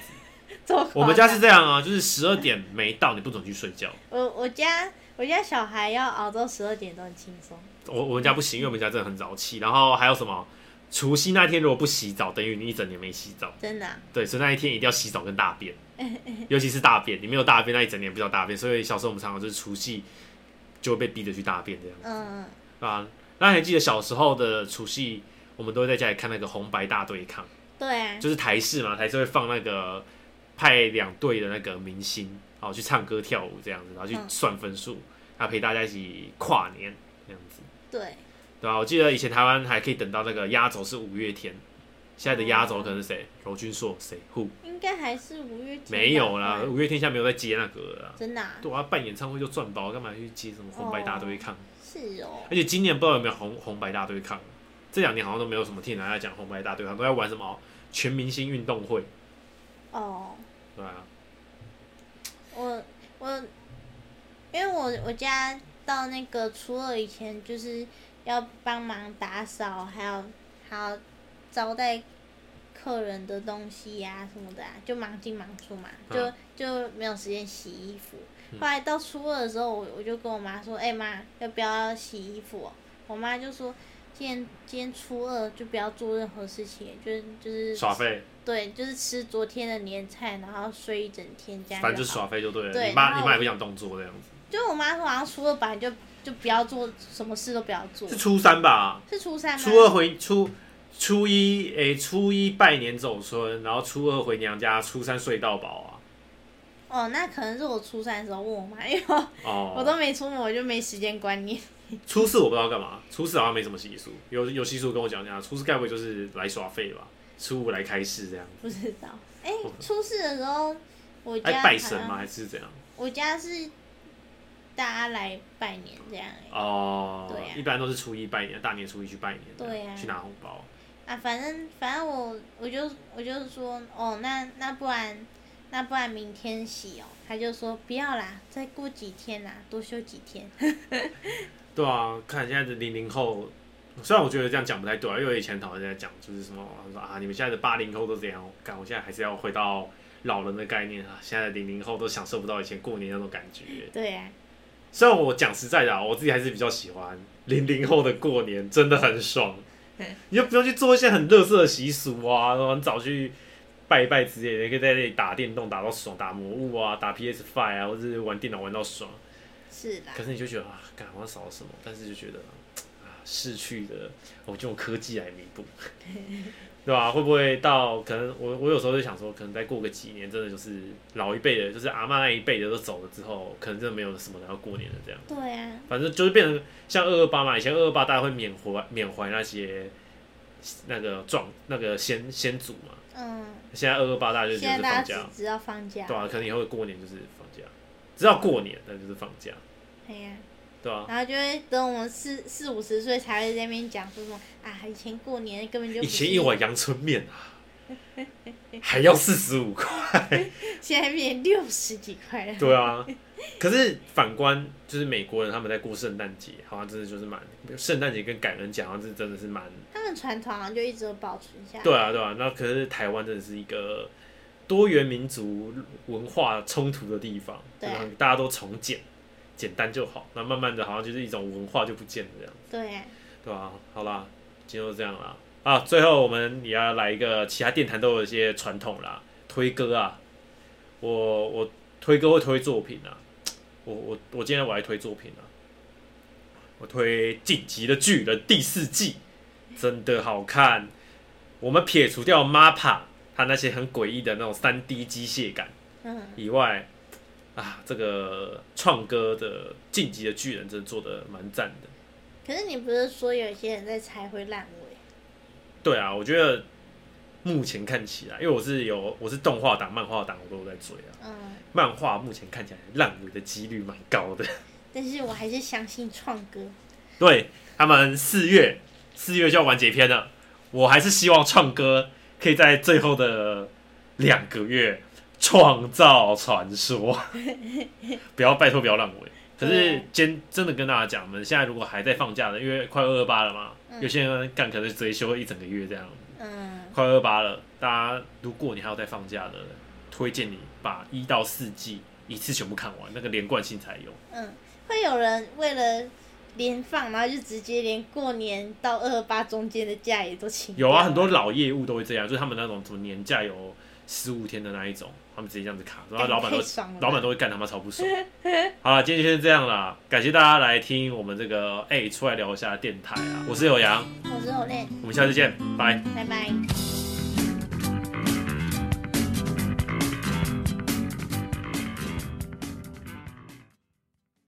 [SPEAKER 2] 这么夸张
[SPEAKER 1] 我们家是这样啊，就是十二点没到，你不准去睡觉。
[SPEAKER 2] 我我家我家小孩要熬到十二点都很轻松，
[SPEAKER 1] 我我们家不行，因为我们家真的很早起。然后还有什么？除夕那天如果不洗澡，等于你一整年没洗澡。
[SPEAKER 2] 真的啊、
[SPEAKER 1] 对，所以那一天一定要洗澡跟大 便，
[SPEAKER 2] 嗯
[SPEAKER 1] 尤其是大便，你没有大便，那一整年不叫大便。所以小时候我们常常就是除夕就会被逼着去大便这样
[SPEAKER 2] 嗯，
[SPEAKER 1] 啊。那你还记得小时候的除夕，我们都会在家里看那个红白大对抗，
[SPEAKER 2] 对啊，
[SPEAKER 1] 就是台式嘛，台式会放那个派两队的那个明星，哦，去唱歌跳舞这样子，然后去
[SPEAKER 2] 嗯
[SPEAKER 1] 算分数，然后陪大家一起跨年这样子，
[SPEAKER 2] 对，
[SPEAKER 1] 对啊吧、我记得以前台湾还可以等到那个压轴是五月天，现在的压轴可能是谁？
[SPEAKER 2] 哦
[SPEAKER 1] 柔君硕谁？Who？
[SPEAKER 2] 应该还是五月天吧
[SPEAKER 1] 没有啦，，五月天现在没有在接那个了啦。
[SPEAKER 2] 真的、啊、
[SPEAKER 1] 对啊，办演唱会就赚包，干嘛去接什
[SPEAKER 2] 哦
[SPEAKER 1] 么红白大对抗？
[SPEAKER 2] 是哦，
[SPEAKER 1] 而且今年不知道有没有红红白大对抗，这两年好像都没有什么听人家讲红白大对抗，都在玩什么全明星运动会，
[SPEAKER 2] 哦。
[SPEAKER 1] 对啊。
[SPEAKER 2] 我我，因为我我家到那个初二以前就是要帮忙打扫，还有还有招待客人的东西呀、什么的啊，就忙进忙出嘛，就、
[SPEAKER 1] 嗯
[SPEAKER 2] 就没有时间洗衣服。
[SPEAKER 1] 嗯
[SPEAKER 2] 后来到初二的时候，我我就跟我妈说：“哎、妈，要不要洗衣服、哦？”我妈就说：“今天今天初二就不要做任何事情，就是就是
[SPEAKER 1] 耍废，
[SPEAKER 2] 对，就是吃昨天的年菜，然后睡一整天这样。”
[SPEAKER 1] 反正就是耍废就对了。
[SPEAKER 2] 对
[SPEAKER 1] 你
[SPEAKER 2] 然
[SPEAKER 1] 妈
[SPEAKER 2] 后
[SPEAKER 1] 你妈也不想动作这样子。
[SPEAKER 2] 就我妈说，好像初二本来就就不要做什么事都不要做
[SPEAKER 1] 是，初三吧？
[SPEAKER 2] 是初三吗？
[SPEAKER 1] 初二回初初一诶、初一拜年走村，然后初二回娘家，初三睡到饱啊。
[SPEAKER 2] 哦，那可能是我初三的时候问我妈，因为我我
[SPEAKER 1] 哦，
[SPEAKER 2] 都没出门，我就没时间观念。
[SPEAKER 1] 初四我不知道干嘛，初四好像没什么习俗，有有习俗跟我讲一下，初四该不会就是来耍废吧？初五来开市这样，
[SPEAKER 2] 不知道。哎、初四的时候，我
[SPEAKER 1] 来
[SPEAKER 2] 家
[SPEAKER 1] 哎拜
[SPEAKER 2] 好
[SPEAKER 1] 神吗？
[SPEAKER 2] 像
[SPEAKER 1] 哦还是怎样？
[SPEAKER 2] 我家是大家来拜年这样、欸。
[SPEAKER 1] 哦，
[SPEAKER 2] 对啊
[SPEAKER 1] 一般都是初一拜年，大年初一去拜年，
[SPEAKER 2] 对啊
[SPEAKER 1] 去拿红包。
[SPEAKER 2] 啊，反正反正我我就我就说，哦，那那不然那不然明天洗哦。他就说不要啦，再过几天啦，多休几天。
[SPEAKER 1] 对啊，看现在的零零后，虽然我觉得这样讲不太对啊，因为我以前讨论在讲就是什么，他说啊，你们现在的八零后都这样哦，干，我现在还是要回到老人的概念啊，现在的零零后都享受不到以前过年那种感觉。
[SPEAKER 2] 对啊，
[SPEAKER 1] 虽然我讲实在的、啊，我自己还是比较喜欢零零后的过年，真的很爽
[SPEAKER 2] 嗯。
[SPEAKER 1] 你就不用去做一些很垃圾的习俗啊，然后很早去拜一拜之类的，你可以在那里打电动打到爽，打魔物啊，打 PS Five 啊，或者是玩电脑玩到爽。
[SPEAKER 2] 是啦。
[SPEAKER 1] 可是你就觉得啊，感好像少了什么，但是就觉得啊，逝去的我就用科技来弥补，对吧、会不会到可能我我有时候就想说，可能再过个几年，真的就是老一辈的，就是阿嬷那一辈的都走了之后，可能真的没有什么人要过年了这样。
[SPEAKER 2] 对啊。
[SPEAKER 1] 反正就是变成像二二八嘛，以前二二八大家会缅怀缅怀那些那个状那个先先祖嘛。
[SPEAKER 2] 嗯，
[SPEAKER 1] 现在二二八大家就觉得
[SPEAKER 2] 现在
[SPEAKER 1] 是
[SPEAKER 2] 大
[SPEAKER 1] 放
[SPEAKER 2] 家
[SPEAKER 1] 假，
[SPEAKER 2] 只知道放假，
[SPEAKER 1] 对啊，可能以后过年就是放假，直到过年那就是放假，
[SPEAKER 2] 哎呀、
[SPEAKER 1] 对啊。
[SPEAKER 2] 然后就会等我们四四五十岁才会在那边讲说什么啊，以前过年根本就不
[SPEAKER 1] 以前
[SPEAKER 2] 是
[SPEAKER 1] 一碗阳春面啊，还要四十五块，
[SPEAKER 2] 现在变六十几块了。
[SPEAKER 1] 对啊。可是反观就是美国人他们在过圣诞节，好像真的就是蛮圣诞节跟感恩节好像是真的是蛮
[SPEAKER 2] 他们传统好像就一直有保存下来。
[SPEAKER 1] 对啊，对啊，那可是台湾真的是一个多元民族文化冲突的地方，
[SPEAKER 2] 对啊
[SPEAKER 1] 就是大家都从简简单就好，那慢慢的好像就是一种文化就不见了这样，
[SPEAKER 2] 对啊，
[SPEAKER 1] 对吧、好啦，今天就这样啦。啊，最后我们也要来一个，其他电台都有一些传统啦，推歌啊，我我推歌会推作品啊，我我我今天我来推作品啊，我推《晋级的巨人》第四季，真的好看。我们撇除掉 MAPA 它那些很诡异的那种三 D 机械感
[SPEAKER 2] 嗯，
[SPEAKER 1] 以外，啊，这个创歌的《晋级的巨人》真的做的蛮赞的。
[SPEAKER 2] 可是你不是说有些人在猜会烂尾？
[SPEAKER 1] 对啊，我觉得目前看起来，因为我是有我是动画党、漫画党，我都有在追啊。
[SPEAKER 2] 嗯，
[SPEAKER 1] 漫画目前看起来烂尾的几率蛮高的。
[SPEAKER 2] 但是我还是相信创哥。
[SPEAKER 1] 对他们四月四月就要完结篇了，我还是希望创哥可以在最后的两个月创造传说， 不要拜托不要烂尾。可是
[SPEAKER 2] 对
[SPEAKER 1] 真真的跟大家讲，我们现在如果还在放假的，因为快二二八了嘛，
[SPEAKER 2] 嗯
[SPEAKER 1] 有些人干可能直接休一整个月这样。
[SPEAKER 2] 嗯，
[SPEAKER 1] 快二八了，大家如果你还有在放假的，推荐你把一到四季一次全部看完，那个连贯性才有。
[SPEAKER 2] 嗯，会有人为了连放，然后就直接连过年到二八中间的假也都请掉
[SPEAKER 1] 有
[SPEAKER 2] 了。
[SPEAKER 1] 啊，很多老业务都会这样，就是他们那种什么年假有十五天的那一种，他们直接这样子卡，然后
[SPEAKER 2] 干
[SPEAKER 1] 老板都
[SPEAKER 2] 太哎爽了吧
[SPEAKER 1] 老板都会干他妈超不爽。好了，今天就是这样啦，感谢大家来听我们这个哎、出来聊一下电台啊，我是有阳，
[SPEAKER 2] 我是 o l
[SPEAKER 1] 我们下次见，拜。
[SPEAKER 2] 拜拜。